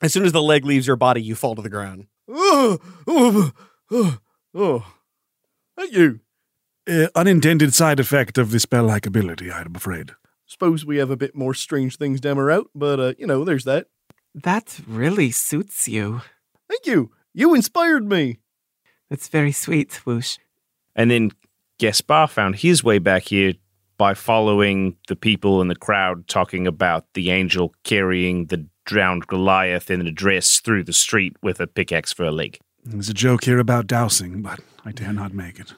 Speaker 5: As soon as the leg leaves your body, you fall to the ground.
Speaker 24: oh, oh, oh, oh. Thank you.
Speaker 7: Uh, unintended side effect of the spell-like ability, I'm afraid.
Speaker 8: Suppose we have a bit more strange things down our route, but uh, you know, there's that.
Speaker 3: That really suits you.
Speaker 8: Thank you. You inspired me.
Speaker 3: That's very sweet, Woosh.
Speaker 4: And then Gaspar found his way back here by following the people in the crowd talking about the angel carrying the drowned Goliath in a dress through the street with a pickaxe for a leg.
Speaker 7: There's a joke here about dowsing, but I dare not make it.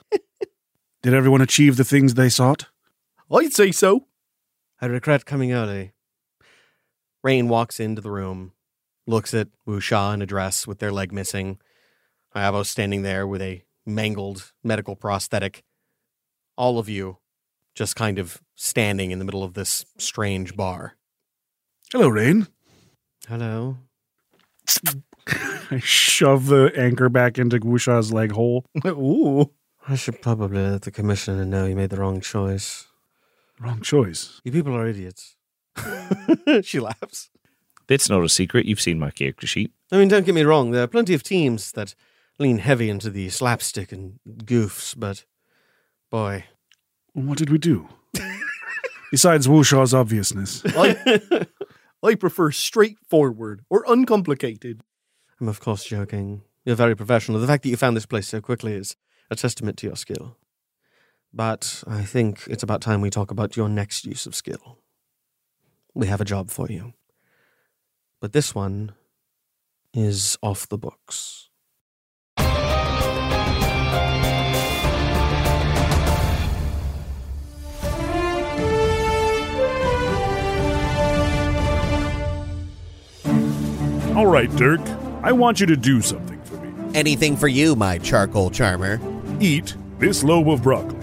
Speaker 7: Did everyone achieve the things they sought?
Speaker 8: I'd say so.
Speaker 5: I regret coming early. Rain walks into the room, looks at Wusha in a dress with their leg missing, Iavo standing there with a mangled medical prosthetic. All of you just kind of standing in the middle of this strange bar.
Speaker 7: Hello, Rain.
Speaker 5: Hello.
Speaker 7: I shove the anchor back into Wusha's leg hole.
Speaker 8: Ooh.
Speaker 6: I should probably let the commissioner know you made the wrong choice.
Speaker 7: Wrong choice.
Speaker 6: You people are idiots.
Speaker 5: she laughs.
Speaker 4: That's not a secret. You've seen my character sheet.
Speaker 6: I mean, don't get me wrong, there are plenty of teams that lean heavy into the slapstick and goofs, but boy.
Speaker 7: What did we do? Besides Wushaw's obviousness.
Speaker 8: I, I prefer straightforward or uncomplicated.
Speaker 6: I'm, of course, joking. You're very professional. The fact that you found this place so quickly is a testament to your skill. But I think it's about time we talk about your next use of skill. We have a job for you. But this one is off the books.
Speaker 1: All right, Dirk, I want you to do something for me.
Speaker 25: Anything for you, my charcoal charmer.
Speaker 1: Eat this lobe of broccoli.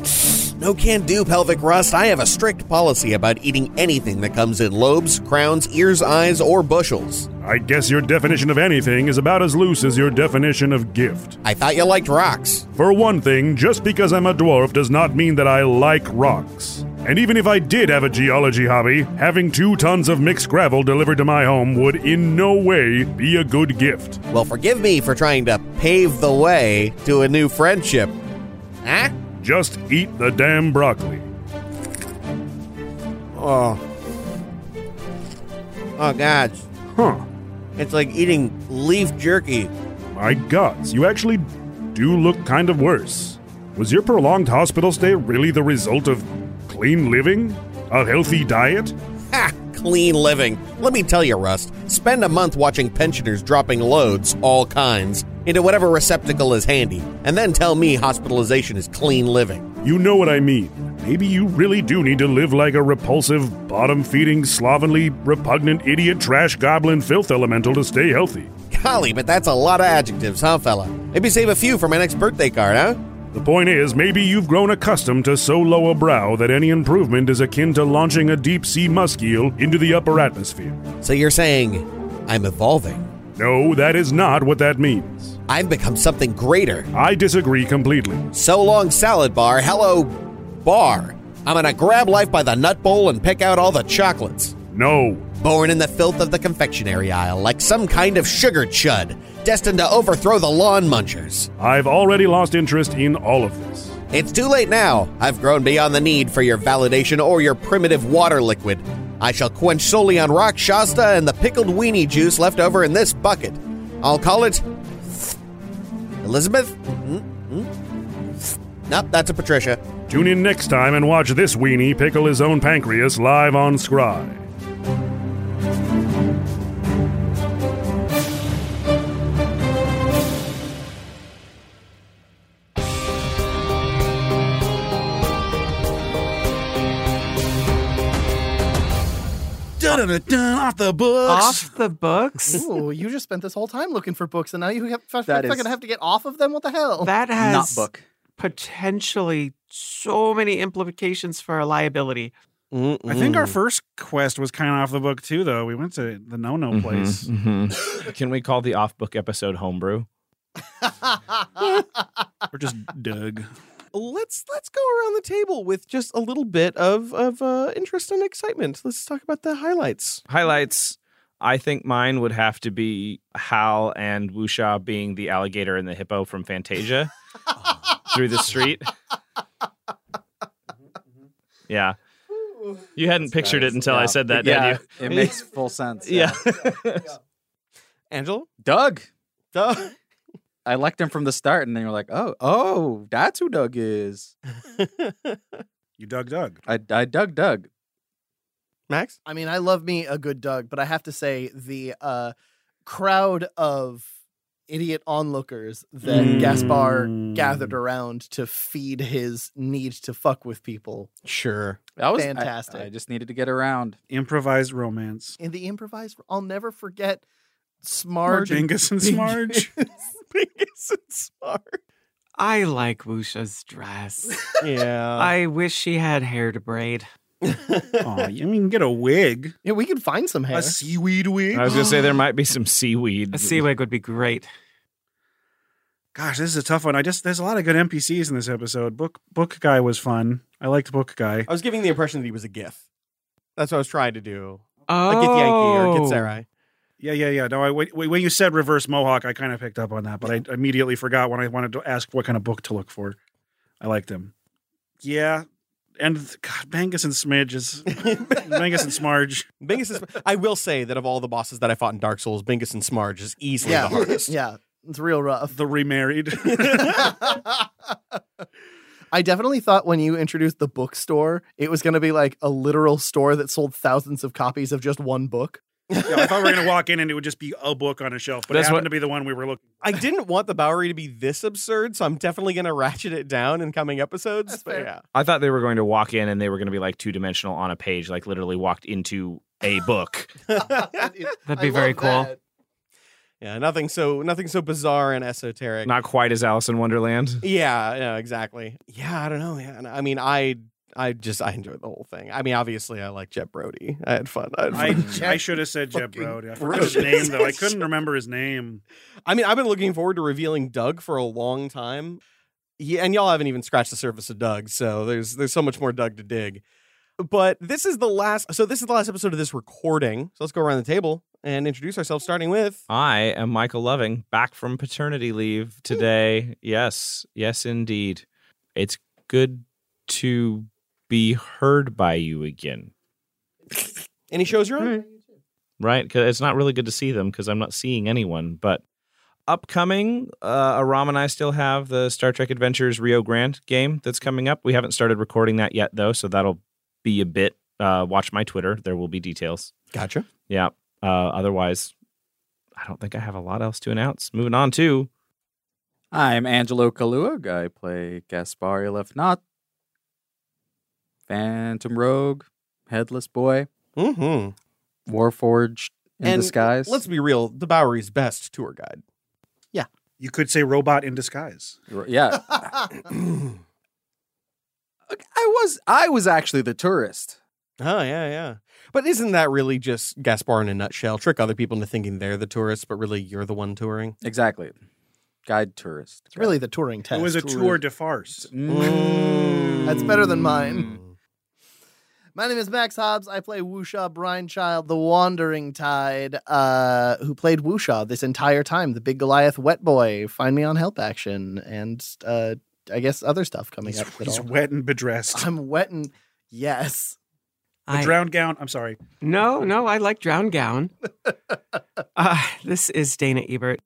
Speaker 25: No can do, pelvic rust. I have a strict policy about eating anything that comes in lobes, crowns, ears, eyes, or bushels.
Speaker 1: I guess your definition of anything is about as loose as your definition of gift.
Speaker 25: I thought you liked rocks.
Speaker 1: For one thing, just because I'm a dwarf does not mean that I like rocks. And even if I did have a geology hobby, having two tons of mixed gravel delivered to my home would in no way be a good gift.
Speaker 25: Well, forgive me for trying to pave the way to a new friendship. Huh?
Speaker 1: Just eat the damn broccoli.
Speaker 25: Oh. Oh, God.
Speaker 1: Huh.
Speaker 25: It's like eating leaf jerky.
Speaker 1: My gods, you actually do look kind of worse. Was your prolonged hospital stay really the result of clean living? A healthy diet?
Speaker 25: Ha! Clean living. Let me tell you, Rust, spend a month watching pensioners dropping loads, all kinds, into whatever receptacle is handy, and then tell me hospitalization is clean living.
Speaker 1: You know what I mean. Maybe you really do need to live like a repulsive, bottom feeding, slovenly, repugnant, idiot, trash, goblin, filth elemental to stay healthy.
Speaker 25: Golly, but that's a lot of adjectives, huh, fella? Maybe save a few for my next birthday card, huh?
Speaker 1: The point is, maybe you've grown accustomed to so low a brow that any improvement is akin to launching a deep sea musk eel into the upper atmosphere.
Speaker 25: So you're saying I'm evolving?
Speaker 1: No, that is not what that means.
Speaker 25: I've become something greater.
Speaker 1: I disagree completely.
Speaker 25: So long, salad bar. Hello, bar. I'm gonna grab life by the nut bowl and pick out all the chocolates.
Speaker 1: No.
Speaker 25: Born in the filth of the confectionery aisle, like some kind of sugar chud, destined to overthrow the lawn munchers.
Speaker 1: I've already lost interest in all of this.
Speaker 25: It's too late now. I've grown beyond the need for your validation or your primitive water liquid. I shall quench solely on rock shasta and the pickled weenie juice left over in this bucket. I'll call it Elizabeth. Hmm? Mm-hmm. Nope, that's a Patricia.
Speaker 1: Tune in next time and watch this weenie pickle his own pancreas live on Scry.
Speaker 18: Dun-dun-dun, off the books.
Speaker 3: Off the books.
Speaker 2: Ooh, you just spent this whole time looking for books, and now you have fucking
Speaker 3: That
Speaker 2: going
Speaker 3: is-
Speaker 2: to have to get off of them. What the hell?
Speaker 3: That has
Speaker 21: book.
Speaker 3: potentially so many implications for our liability.
Speaker 7: I think our first quest was kind of off the book too, though. We went to the no no place.
Speaker 4: Mm-hmm, Can we call the off book episode homebrew?
Speaker 7: We're just Doug.
Speaker 5: Let's let's go around the table with just a little bit of of uh, interest and excitement. Let's talk about the highlights.
Speaker 4: Highlights. I think mine would have to be Hal and Wusha being the alligator and the hippo from Fantasia through the street. Yeah. You hadn't pictured it until I said that,
Speaker 21: yeah,
Speaker 4: did you?
Speaker 21: It makes full sense.
Speaker 4: Yeah.
Speaker 5: Angela?
Speaker 21: Doug.
Speaker 5: Doug.
Speaker 21: I liked him from the start, and then you're like, oh, oh, that's who Doug is.
Speaker 1: you dug Doug.
Speaker 21: I, I dug Doug.
Speaker 5: Max?
Speaker 2: I mean, I love me a good Doug, but I have to say the uh, crowd of idiot onlookers that
Speaker 5: Mm.
Speaker 2: Gaspar gathered around to feed his need to fuck with people.
Speaker 5: Sure.
Speaker 21: That was I-
Speaker 2: fantastic.
Speaker 21: I, just needed to get around.
Speaker 7: Improvised romance.
Speaker 2: In the improvised, I'll never forget
Speaker 7: Marge
Speaker 2: Smarge.
Speaker 7: Ingus and Smarge.
Speaker 5: Bingus and Smarge.
Speaker 3: I like Wusha's dress.
Speaker 5: Yeah.
Speaker 3: I wish she had hair to braid.
Speaker 7: oh, I mean, get a wig.
Speaker 2: Yeah, we could find some hair.
Speaker 7: seaweed wig.
Speaker 4: I was going to say there might be some seaweed.
Speaker 3: A seawig would be great.
Speaker 7: Gosh, this is a tough one. I just there's a lot of good NPCs in this episode. Book book guy was fun. I liked book guy.
Speaker 5: I was giving the impression that he was a gif. That's what I was trying to do.
Speaker 3: Oh.
Speaker 5: Like get Yankee or get Sarai.
Speaker 7: Yeah, yeah, yeah. No, I when- when you said reverse mohawk, I kind of picked up on that, but I immediately forgot when I wanted to ask what kind of book to look for. I liked him. Yeah, and th- God, Bangus and Smidge is Bangus and Smarge.
Speaker 5: Bingus and Smarge. I will say that of all the bosses that I fought in Dark Souls, Bingus and Smarge is easily
Speaker 2: yeah,
Speaker 5: the hardest.
Speaker 2: yeah, it's real rough.
Speaker 7: The remarried.
Speaker 2: I definitely thought when you introduced the bookstore, it was going to be like a literal store that sold thousands of copies of just one book.
Speaker 7: Yeah, I thought we were gonna walk in and it would just be a book on a shelf, but
Speaker 5: That's
Speaker 7: it happened
Speaker 5: what-
Speaker 7: to be the one we were looking.
Speaker 5: I didn't want the Bowery to be this absurd, so I'm definitely going to ratchet it down in coming episodes. but yeah.
Speaker 4: I thought they were going to walk in and they were going to be like two dimensional on a page, like literally walked into a book.
Speaker 3: That'd be very cool.
Speaker 5: Yeah, nothing so nothing so bizarre and esoteric.
Speaker 4: Not quite as Alice in Wonderland.
Speaker 5: yeah, yeah, exactly. Yeah, I don't know. Yeah, and I mean, I I just I enjoyed the whole thing. I mean, obviously, I like Jet Brody. I had fun. I, had
Speaker 7: I,
Speaker 5: fun.
Speaker 7: I should have said Jeb Brody. I forgot
Speaker 5: Brody.
Speaker 7: his name though. I couldn't remember his name.
Speaker 5: I mean, I've been looking forward to revealing Doug for a long time. Yeah, and y'all haven't even scratched the surface of Doug, so there's there's so much more Doug to dig. But this is the last so this is the last episode of this recording. So let's go around the table and introduce ourselves starting with
Speaker 4: I am Michael Loving, back from paternity leave today. Yes, yes, indeed. It's good to be heard by you again,
Speaker 5: any shows you're on?
Speaker 4: right? 'Cause it's not really good to see them because I'm not seeing anyone. But upcoming, uh, Aram and I still have the Star Trek Adventures Rio Grande game that's coming up. We haven't started recording that yet, though, so that'll be a bit. Uh, watch my Twitter; there will be details.
Speaker 5: Gotcha.
Speaker 4: Yeah. Uh, otherwise, I don't think I have a lot else to announce. Moving on to
Speaker 21: I'm Angelo Kaluug. I play Gaspar Lefnot, Phantom Rogue, Headless Boy,
Speaker 5: mm-hmm.
Speaker 21: Warforged in
Speaker 5: And
Speaker 21: Disguise.
Speaker 5: Let's be real, the Bowery's best tour guide.
Speaker 7: You could say robot in disguise.
Speaker 21: Yeah. I was I was actually the tourist.
Speaker 5: Oh yeah, yeah. But isn't that really just Gaspar in a nutshell? Trick other people into thinking they're the tourists, but really you're the one touring.
Speaker 21: Exactly. Guide tourist.
Speaker 2: It's really the touring test.
Speaker 7: It was a tour de farce.
Speaker 2: That's better than mine. My name is Max Hobbs. I play Wusha Brinechild, the Wandering Tide, uh, who played Wusha this entire time, the Big Goliath Wet Boy. Find me on Help Action and uh, I guess other stuff coming
Speaker 7: He's,
Speaker 2: up. that
Speaker 7: he's
Speaker 2: I'll-
Speaker 7: wet and bedressed.
Speaker 2: I'm wet and yes.
Speaker 7: A drowned gown. I'm sorry.
Speaker 3: No, no, I like Drown Gown. uh, this is Dana Ebert.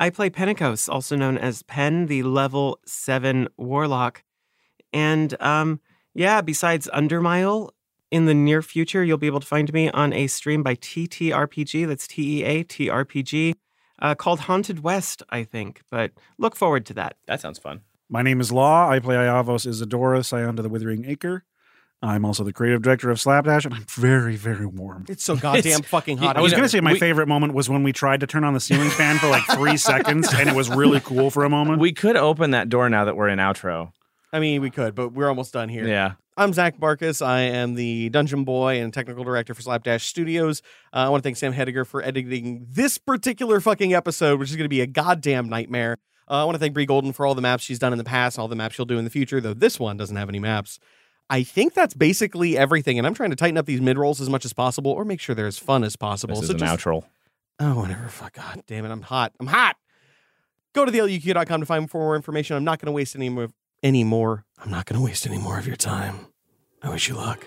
Speaker 3: I play Pentecost, also known as Pen, the level seven warlock. And um, yeah, besides Undermile, in the near future, you'll be able to find me on a stream by TTRPG, that's T E A T R P G, uh, called Haunted West, I think. But look forward to that.
Speaker 4: That sounds fun.
Speaker 7: My name is Law. I play Iavos Isadora, Scion to the Withering Acre. I'm also the creative director of Slapdash, and I'm very, very warm.
Speaker 5: It's so goddamn fucking hot.
Speaker 7: I was
Speaker 5: out
Speaker 7: going to
Speaker 5: here.
Speaker 7: say my
Speaker 5: We-
Speaker 7: favorite moment was when we tried to turn on the ceiling fan for like three seconds, and it was really cool for a moment.
Speaker 4: We could open that door now that we're in outro.
Speaker 5: I mean, we could, but we're almost done here.
Speaker 4: Yeah.
Speaker 5: I'm Zach Barkus. I am the Dungeon Boy and Technical Director for Slapdash Studios. Uh, I want to thank Sam Hediger for editing this particular fucking episode, which is going to be a goddamn nightmare. Uh, I want to thank Bree Golden for all the maps she's done in the past, all the maps she'll do in the future, though this one doesn't have any maps. I think that's basically everything, and I'm trying to tighten up these mid rolls as much as possible, or make sure they're as fun as possible.
Speaker 4: This is
Speaker 5: so
Speaker 4: an
Speaker 5: just-
Speaker 4: outro.
Speaker 5: Oh, whatever. Fuck. God damn it. I'm hot. I'm hot. Go to thluq.com to find more information. I'm not going to waste any more. Any more. I'm not going to waste any more of your time. I wish you luck.